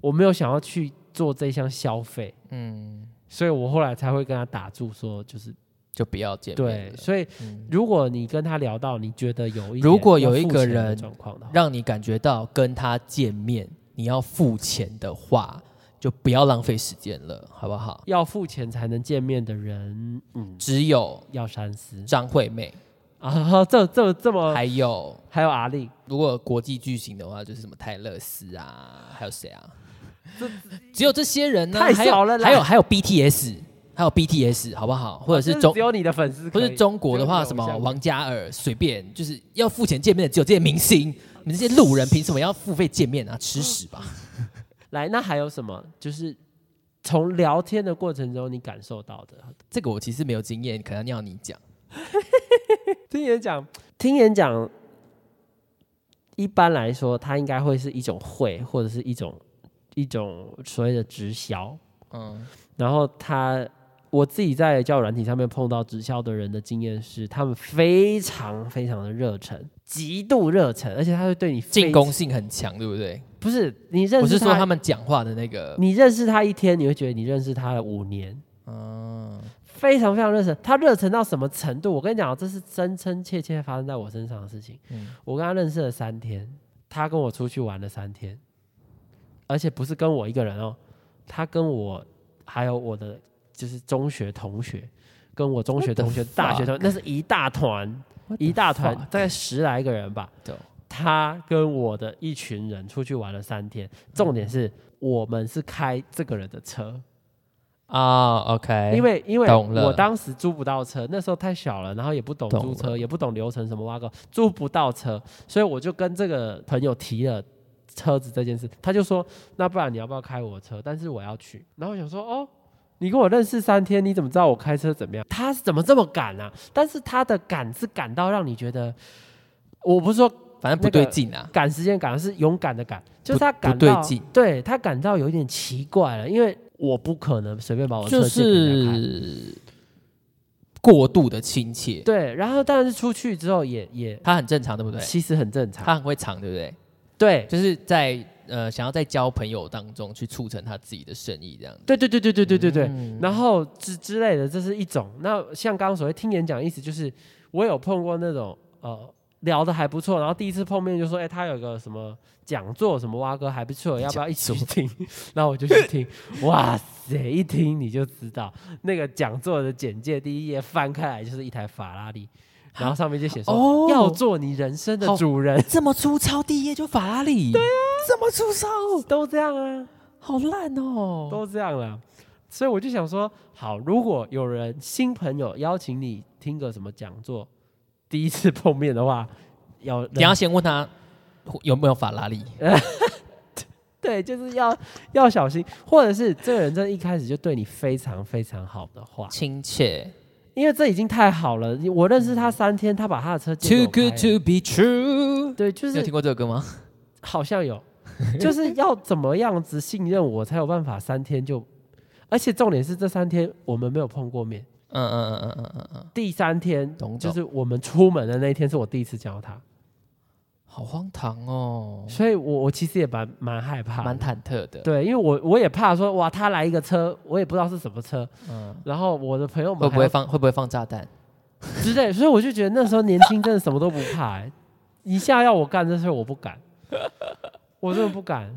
Speaker 2: 我没有想要去做这项消费，
Speaker 1: 嗯，
Speaker 2: 所以我后来才会跟他打住说，就是
Speaker 1: 就不要见面
Speaker 2: 对。
Speaker 1: 了。
Speaker 2: 所以
Speaker 1: 嗯
Speaker 2: 如果你跟他聊到，你觉得有一点
Speaker 1: 如果有
Speaker 2: 要
Speaker 1: 一
Speaker 2: 付
Speaker 1: 个
Speaker 2: 钱的
Speaker 1: 人
Speaker 2: 状况的话，
Speaker 1: 让你感觉到跟他见面你要付钱的话，就不要浪费时间了，好不好？
Speaker 2: 要付钱才能见面的人，嗯，
Speaker 1: 只有
Speaker 2: 要三思
Speaker 1: 张惠妹，
Speaker 2: 啊。这这这么
Speaker 1: 还有
Speaker 2: 还有阿力，
Speaker 1: 如果国际巨星的话，就是什么泰勒斯啊，还有谁啊？只有这些人呢、
Speaker 2: 太少了啦
Speaker 1: 还有还有还有 BTS，还有 BTS，好不好？或者
Speaker 2: 啊就是
Speaker 1: 中
Speaker 2: 只有你的粉丝
Speaker 1: 不
Speaker 2: 可以，
Speaker 1: 是中国的话，
Speaker 2: 只
Speaker 1: 什
Speaker 2: 有
Speaker 1: 么
Speaker 2: 你偶像
Speaker 1: 王嘉尔，随便就是要付钱见面的，只有这些明星。你们这些路人凭什么要付费见面啊？吃屎吧！
Speaker 2: 来，那还有什么？就是从聊天的过程中你感受到的，
Speaker 1: 这个我其实没有经验，可能要你讲。
Speaker 2: 听演讲，听演讲，一般来说，它应该会是一种会，或者是一种一种所谓的直销。
Speaker 1: 嗯，
Speaker 2: 然后他，我自己在交友软体上面碰到直销的人的经验是，他们非常非常的热忱，极度热忱，而且他会对你非
Speaker 1: 进攻，性很强，对不对？
Speaker 2: 不是你认
Speaker 1: 我是
Speaker 2: 识
Speaker 1: 说他
Speaker 2: 他，
Speaker 1: 们讲话的那个，
Speaker 2: 你认识他一天，你会觉得你认识他了五年。
Speaker 1: 嗯，
Speaker 2: 非常非常热忱，他热忱到什么程度？我跟你讲，这是真真切切发生在我身上的事情。
Speaker 1: 嗯
Speaker 2: 我跟他认识了三天，他跟我出去玩了三天，而且不是跟我一个人哦，他跟我还有我的就是中学同学，跟我中学
Speaker 1: What the
Speaker 2: 同学、大学同学，那是一大团，一大团，大概十来个人吧
Speaker 1: 对。
Speaker 2: 他跟我的一群人出去玩了三天，重点是我们是开这个人的车。
Speaker 1: 啊，OK，
Speaker 2: 因为因为
Speaker 1: 懂了
Speaker 2: 我当时租不到车，那时候太小了，然后也不懂
Speaker 1: 懂
Speaker 2: 租车，
Speaker 1: 了
Speaker 2: 也不懂流程什么挖沟，租不到车，所以我就跟这个朋友提了车子这件事，他就说那不然你要不要开我车？但是我要去，然后我想说哦。你跟我认识三天，你怎么知道我开车怎么样？他是怎么这么赶啊？但是他的赶是赶到让你觉得，我不是说
Speaker 1: 反正不对劲啊。
Speaker 2: 赶时间赶是勇敢的赶，就是他赶
Speaker 1: 不对
Speaker 2: 到，
Speaker 1: 劲
Speaker 2: 对他赶到有一点奇怪了，因为我不可能随便把我的车
Speaker 1: 就
Speaker 2: 借给人家开。
Speaker 1: 是过度的亲切，
Speaker 2: 对，然后但是出去之后也也
Speaker 1: 他很正常，对不对？
Speaker 2: 其实很正常。
Speaker 1: 他很会藏，对不对？
Speaker 2: 对
Speaker 1: 就是在呃，想要在交朋友当中去促成他自己的生意，这样子。
Speaker 2: 对对对对对对对对，
Speaker 1: 嗯
Speaker 2: 然后之之类的，这是一种。那像刚刚所谓听演讲，意思就是我有碰过那种呃聊的还不错，然后第一次碰面就说，哎、他有个什么讲座什么蛙哥还不错，要不要一起去听？ (laughs) 然后我就去
Speaker 1: (laughs)
Speaker 2: 听，哇塞，一听你就知道那个讲座的简介第一页翻开来就是一台法拉利，然后上面就写说、
Speaker 1: 哦
Speaker 2: 要做你人生的
Speaker 1: 好
Speaker 2: 主人， (laughs)
Speaker 1: 哎这么粗糙，第一页就法拉利，对啊，这么粗糙，
Speaker 2: 都这样啊。
Speaker 1: 好烂哦。
Speaker 2: 都这样了。所以我就想说，好，如果有人新朋友邀请你听个什么讲座，第一次碰面的话，要
Speaker 1: 等一下先问他有没有法拉利，
Speaker 2: 对，就是要要小心，或者是这个人真的一开始就对你非常非常好的话，
Speaker 1: 亲切。
Speaker 2: 因为这已经太好了。你我认
Speaker 1: 嗯
Speaker 2: 识他三天，他把他的车借给
Speaker 1: Too
Speaker 2: 我开
Speaker 1: good to be true。
Speaker 2: 对，就
Speaker 1: 哎你有听
Speaker 2: 是
Speaker 1: 过这首歌吗？
Speaker 2: 好
Speaker 1: (laughs)
Speaker 2: 像有，就是要怎么样子信任我才有办法三天就，而且重点是这三天我们没有碰过面，
Speaker 1: 嗯嗯嗯嗯嗯嗯，
Speaker 2: 第三天
Speaker 1: 懂
Speaker 2: 就
Speaker 1: 懂
Speaker 2: 是我们出门的那一天，是我第一次教他，
Speaker 1: 好荒唐哦，
Speaker 2: 所以我我其实也蛮蛮害怕的，
Speaker 1: 蛮忐忑的。
Speaker 2: 对，因为我我也怕说哇，他来一个车，我也不知道是什么车，
Speaker 1: 嗯，
Speaker 2: 然后我的朋友们
Speaker 1: 会不会
Speaker 2: 还
Speaker 1: 放会不会放炸弹？
Speaker 2: 要之类，所以我就觉得那时候年轻真的什么都不怕、欸，一下要我干这事儿我不敢，我真的不敢，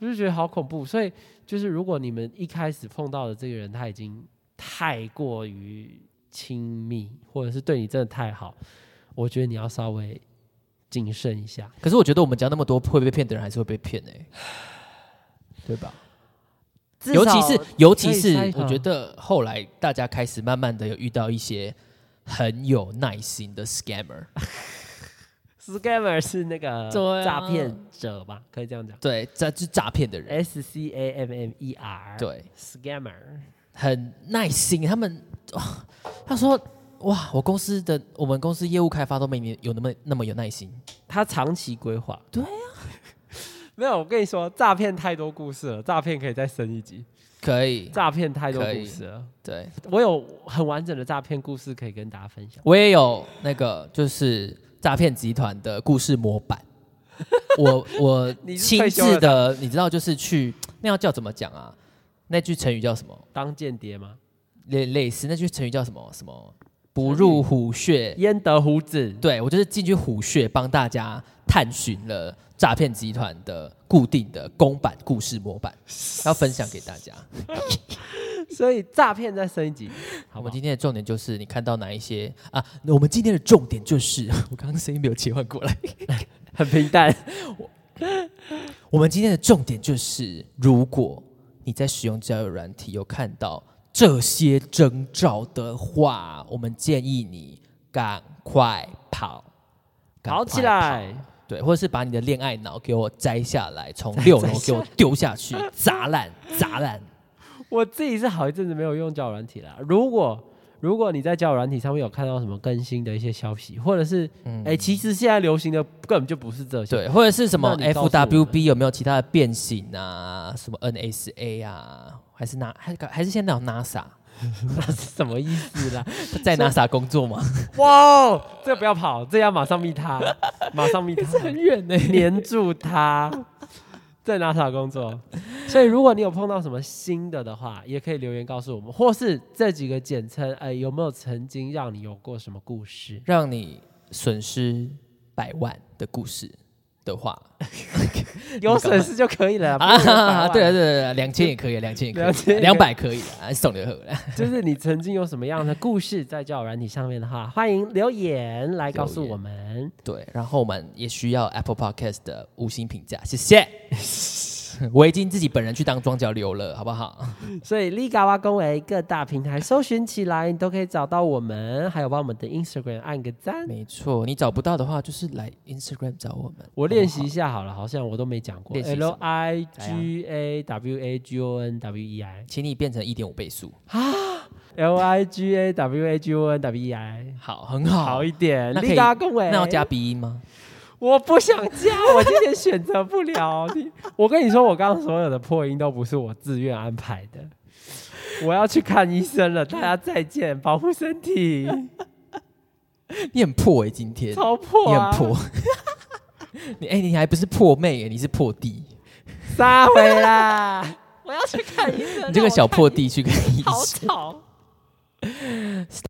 Speaker 2: 我就觉得好恐怖。所以就是如果你们一开始碰到的这个人他已经太过于亲密，或者是对你真的太好，我觉得你要稍微谨慎一下。
Speaker 1: 可是我觉得我们讲那么多会被骗的人，还是会被骗
Speaker 2: (sighs)
Speaker 1: 哎、对吧？尤其是尤其
Speaker 2: 可以
Speaker 1: 是
Speaker 2: 筛，
Speaker 1: 我
Speaker 2: 查
Speaker 1: 觉得后来大家开始慢慢的有遇到一些很有耐心的 scammer，
Speaker 2: scammer 是那个
Speaker 1: 对啊
Speaker 2: 诈骗者吧，可以这样讲。
Speaker 1: 对，这是诈骗的人，
Speaker 2: S C A M M E R，
Speaker 1: 对，
Speaker 2: ，scammer，
Speaker 1: 很耐心。他们哇，他说哇，我公司的我们公司业务开发都没你有那么那么有耐心。
Speaker 2: 他长期规划。
Speaker 1: 对啊
Speaker 2: 呀、 (laughs) 没有，我跟你说，诈骗太多故事了，诈骗可以再升一级，
Speaker 1: 可以，
Speaker 2: 诈骗太多
Speaker 1: 可以
Speaker 2: 故事了。
Speaker 1: 对
Speaker 2: 我有很完整的诈骗故事可以跟大家分享。
Speaker 1: 我也有那个就是诈骗集团的故事模
Speaker 2: (laughs)
Speaker 1: 板，我我
Speaker 2: 你是
Speaker 1: 亲
Speaker 2: 退休了
Speaker 1: 自的，你知道就是去那要叫怎么讲啊？那句成语叫什么？
Speaker 2: 当间谍吗？
Speaker 1: 类类似那句成语叫什么什么不入虎穴？
Speaker 2: 焉得虎
Speaker 1: (laughs)
Speaker 2: 子？
Speaker 1: 对我就是进去虎穴帮大家探寻了诈骗集团的固定的公版故事模
Speaker 2: (laughs)
Speaker 1: 板，要分享给大家。
Speaker 2: 所以诈骗再升一级，好
Speaker 1: 我
Speaker 2: 不
Speaker 1: 们
Speaker 2: 好？
Speaker 1: 今天的重点就是你看到哪一些啊？那我们今天的重点就是， (laughs) 我刚刚声音没有切换过来。
Speaker 2: 很平 (laughs) 淡。
Speaker 1: 我们今天的重点就是，如果你在使用交友软体有看到这些征兆的话，我们建议你赶快跑，赶
Speaker 2: 跑
Speaker 1: 快
Speaker 2: 起来！
Speaker 1: 对，或者是把你的恋爱脑给我摘下来，从六楼给我丢下去，砸
Speaker 2: (gasps)
Speaker 1: 烂，砸烂。
Speaker 2: 我自己是好一阵子没有用交友软体啦。如果如果你在交友软体上面有看到什么更新的一些消息，或者是哎、诶其实现在流行的根本就不是这 (laughs)
Speaker 1: 嗯
Speaker 2: 些，
Speaker 1: 对，或者是什么
Speaker 2: 那你告诉我们
Speaker 1: FWB 有没有其他的变形啊？什么 NSA 啊？还是拿还还是现在有 NASA
Speaker 2: 那是什么意思啦？
Speaker 1: (laughs) 在 NASA 工作吗？
Speaker 2: 哇，哦，这个不要跑，这个要马上密 (laughs) 他，马上密他，
Speaker 1: 远 (laughs)
Speaker 2: (laughs)
Speaker 1: 呢、
Speaker 2: 黏住他，在 NASA 工作。所以如果你有碰到什么新的的话，也可以留言告诉我们，或是这几个简称，哎、有没有曾经让你有过什么故事？
Speaker 1: 让你损失百万的故事的话，
Speaker 2: (laughs) 有损失就可以了啦。不用有百
Speaker 1: 啊，(laughs)
Speaker 2: 万 (laughs)
Speaker 1: 对了对了对了，两千也可以，两千也可
Speaker 2: 两千
Speaker 1: 以，
Speaker 2: 也
Speaker 1: 两百可以了，啊送你喝了。
Speaker 2: 就是你曾经有什么样的故事在交友软体上面的话，欢迎留言来告诉我们。
Speaker 1: (laughs) 对，然后我们也需要 Apple Podcast 的五星评价，谢谢。 (laughs) 我已经自己本人去当庄脚流了，好不好？
Speaker 2: 所以利嘎哇恭维各大平台搜寻起来，你都可以找到我们，还有帮我们的 Instagram 按个
Speaker 1: (laughs)
Speaker 2: 赞。
Speaker 1: 没错，你找不到的话，就是来 Instagram 找我们。
Speaker 2: 我练习
Speaker 1: 好
Speaker 2: 一
Speaker 1: 不好
Speaker 2: 下好了，好像我都没讲过。
Speaker 1: 练习什
Speaker 2: L
Speaker 1: 么
Speaker 2: I G A W A G O N W E I
Speaker 1: 请你变成一点五倍速。哎
Speaker 2: L I G A W A G O N W E I
Speaker 1: 好，很好。
Speaker 2: 好一点。
Speaker 1: 哦那可以
Speaker 2: 利嘎恭维，
Speaker 1: 那要加鼻音吗？
Speaker 2: 我不想加，我今天选择不了。 (laughs) 你，我跟你说，我刚刚所有的破音都不是我自愿安排的，我要去看医生了。大家再见，保护身
Speaker 1: (laughs)
Speaker 2: 体。
Speaker 1: 你很破哎、今天、
Speaker 2: 超破、
Speaker 1: 你
Speaker 2: 啊，
Speaker 1: 很破。 (laughs) 你哎、你还不是破妹、欸，你是破弟。
Speaker 2: 杀回啦！
Speaker 1: (laughs)
Speaker 2: 我要去看医生。
Speaker 1: 你这个小破弟去跟医
Speaker 2: 好
Speaker 1: 生
Speaker 2: 吵。